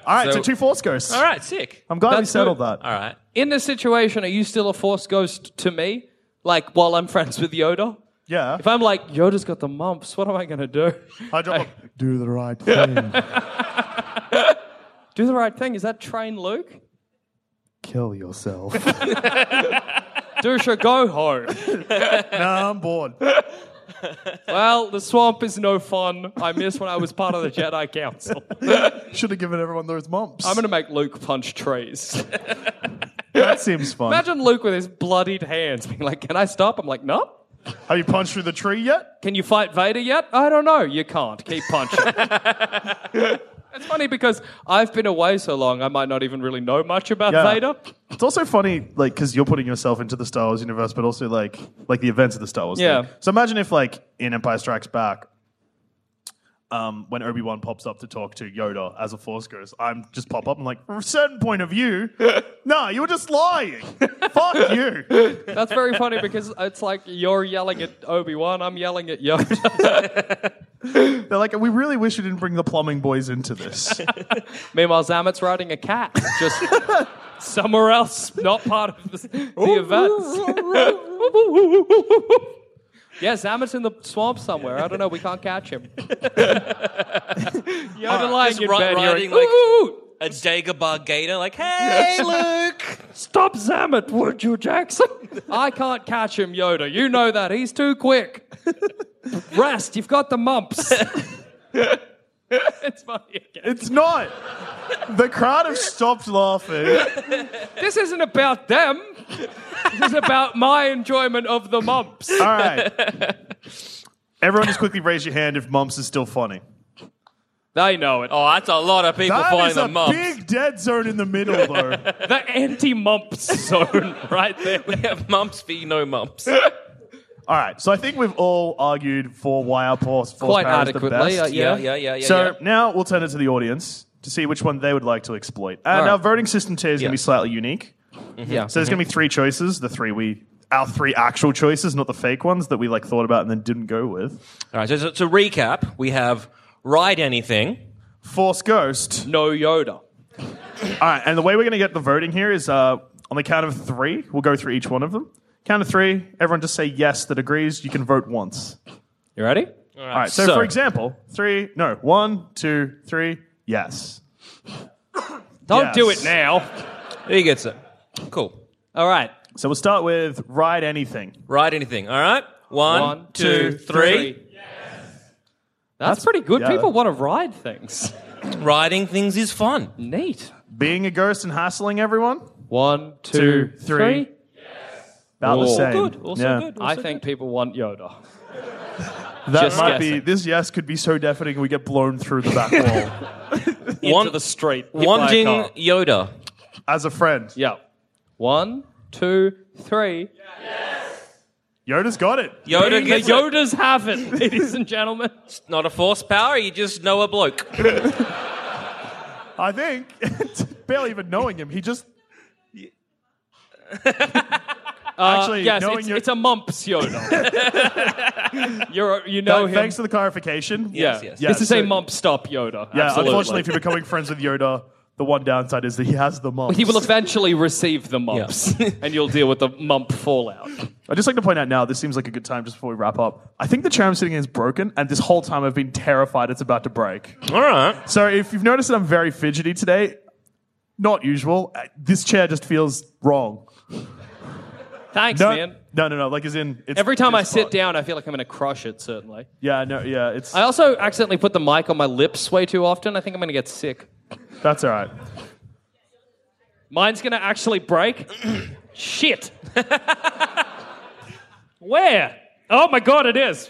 S2: All right, so,
S3: So-
S2: two force goes.
S3: All right, sick.
S2: I'm glad we
S4: That's
S2: settled
S4: good.
S2: that.
S3: All right.
S4: In this situation, are you still a Force ghost to me? Like while I'm friends with Yoda?
S2: Yeah.
S4: If I'm like Yoda's got the mumps, what am I gonna do? <laughs>
S2: I drop a- do the right thing.
S4: Do the right thing. Is that train Luke?
S2: Kill yourself.
S4: Dusha, go home.
S2: nah, I'm bored.
S4: Well, the swamp is no fun. I miss when I was part of the Jedi Council.
S2: Should have given everyone those mumps.
S4: I'm gonna make Luke punch trees.
S2: that seems fun.
S4: <laughs> Imagine Luke with his bloodied hands being like, Can I stop? I'm like, No.
S2: Have you punched through the tree yet?
S4: Can you fight Vader yet? I don't know. You can't. Keep punching. <laughs> it's funny because I've been away so long, I might not even really know much about
S2: Yeah.
S4: Vader.
S2: It's also funny, like, because you're putting yourself into the Star Wars universe, but also like, like the events of the Star Wars.
S4: Yeah.
S2: thing. So imagine if, like, in Empire Strikes Back, um, when Obi Wan pops up to talk to Yoda as a Force Ghost, I'm just pop up and like, from a certain point of
S4: <laughs>
S2: view, nah, you were just lying. Fuck
S4: <laughs>
S2: you.
S4: That's very funny because it's like you're yelling at Obi Wan, I'm yelling at Yoda.
S2: They're like, we really wish you didn't bring the plumbing boys into this.
S4: Meanwhile, Zamet's riding a cat, just somewhere else, not part of the, the events. yeah, Zamet's in the swamp somewhere. I don't know. We can't catch
S3: <laughs>
S4: him. Yoda lying in
S3: ri-
S4: bed,
S3: riding,
S4: hearing,
S3: like-
S4: "Ooh,
S3: A Dagobah Gator, like, hey, Luke.
S4: Stop Zamet, would you, Jackson? <laughs> I can't catch him, Yoda. You know that. He's too quick. Rest, you've got the mumps. <laughs> it's funny again.
S2: it's not. The crowd have stopped laughing.
S4: This isn't about them. This is about my enjoyment of the mumps.
S2: All right. Everyone, just quickly raise your hand if mumps is still funny.
S4: They know it.
S3: Oh, that's a lot of people
S2: That
S3: flying
S2: is a
S3: the mumps.
S2: big dead zone in the middle, though.
S4: <laughs> The anti mumps zone <laughs> right there.
S3: <laughs> we have mumps v no mumps.
S2: all right, so I think we've all argued for why our Force, force
S4: Quite
S2: power
S4: adequately.
S2: is the
S4: uh,
S2: best.
S4: yeah.
S3: yeah, yeah.
S2: so now we'll turn it to the audience to see which one they would like to exploit. And
S4: right. Mm-hmm.
S2: our voting system today is going to be slightly unique.
S4: Yeah.
S2: So there's going to be three choices. The three we. Our three actual choices, not the fake ones that we like thought about and then didn't go with.
S3: All right, so, so to recap, we have ride anything.
S2: Force Ghost.
S4: no Yoda.
S2: All right, and the way we're going to get the voting here is uh, on the count of three, we'll go through each one of them. Count of three, everyone just say yes that agrees. You can vote once.
S4: You ready?
S2: All right, so,
S3: so-
S2: for example, three, no, one, two, three, yes.
S4: <coughs> Don't do
S2: Yes.
S4: it now.
S3: He gets it. Cool.
S4: All right.
S2: So we'll start with ride anything.
S3: Ride anything. All right. One, two, three.
S4: That's pretty good.
S2: yeah.
S4: People want to ride things.
S3: Riding things is fun.
S4: Neat.
S2: Being a ghost and hassling everyone.
S4: One,
S2: Two,
S4: two, three.
S2: three. About the
S4: Also
S2: same.
S3: Good. Also
S2: Yeah.
S3: good.
S4: I think people want Yoda.
S2: That
S4: Just
S2: might be
S4: guessing.
S2: this. Yes, could be so deafening we get blown through the back
S4: <laughs>
S2: wall.
S3: Want-
S4: Into the street. hit by a
S3: Wanting
S4: car.
S3: Yoda.
S2: As a friend,
S4: Yeah. One, two, three.
S2: Yoda's got it.
S3: Yoda
S4: The
S3: gets it.
S4: Yodas have it, <laughs> ladies and gentlemen.
S3: Not a force power. You just know a bloke.
S2: I think, <laughs> barely even knowing him, he
S4: <laughs>
S2: just
S4: Uh,
S2: actually
S4: yes,
S2: knowing
S4: it's,
S2: your-
S4: it's a mumps
S2: <laughs>
S4: Yoda. You're, you know him.
S2: Thanks for the clarification.
S4: yeah.
S3: yes.
S2: Yeah,
S4: This is
S2: so-
S4: a mump stop Yoda.
S2: Yeah,
S4: Absolutely.
S2: unfortunately, if you're becoming friends with Yoda, the one downside is that he has the mumps.
S4: He will eventually receive the mumps, <laughs> and you'll deal with the mump fallout.
S2: <laughs> I'd just like to point out now, this seems like a good time just before we wrap up. I think the chair I'm sitting in is broken, and this whole time I've been terrified it's about to break.
S3: All right.
S2: So if you've noticed that I'm very fidgety today, not usual. Uh, This chair just feels wrong.
S4: Thanks,
S2: No,
S4: man.
S2: no, no, no. Like, as in, it's,
S4: Every time I
S2: it's
S4: sit
S2: fun.
S4: down, I feel like I'm going to crush it, certainly.
S2: Yeah, no, yeah, it's
S4: I also accidentally put the mic on my lips way too often. I think I'm going to get sick.
S2: that's all right.
S4: Mine's going to actually
S2: <clears throat>
S4: break. Shit. <laughs> Where? Oh my god, it is.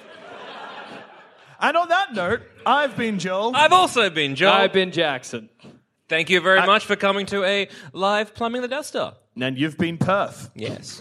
S2: And on that note, I've been Joel.
S3: I've also been Joe.
S4: I've been Jackson.
S3: Thank you very much for coming to a live Plumbing the Death Star.
S2: and you've been Perth.
S3: Yes.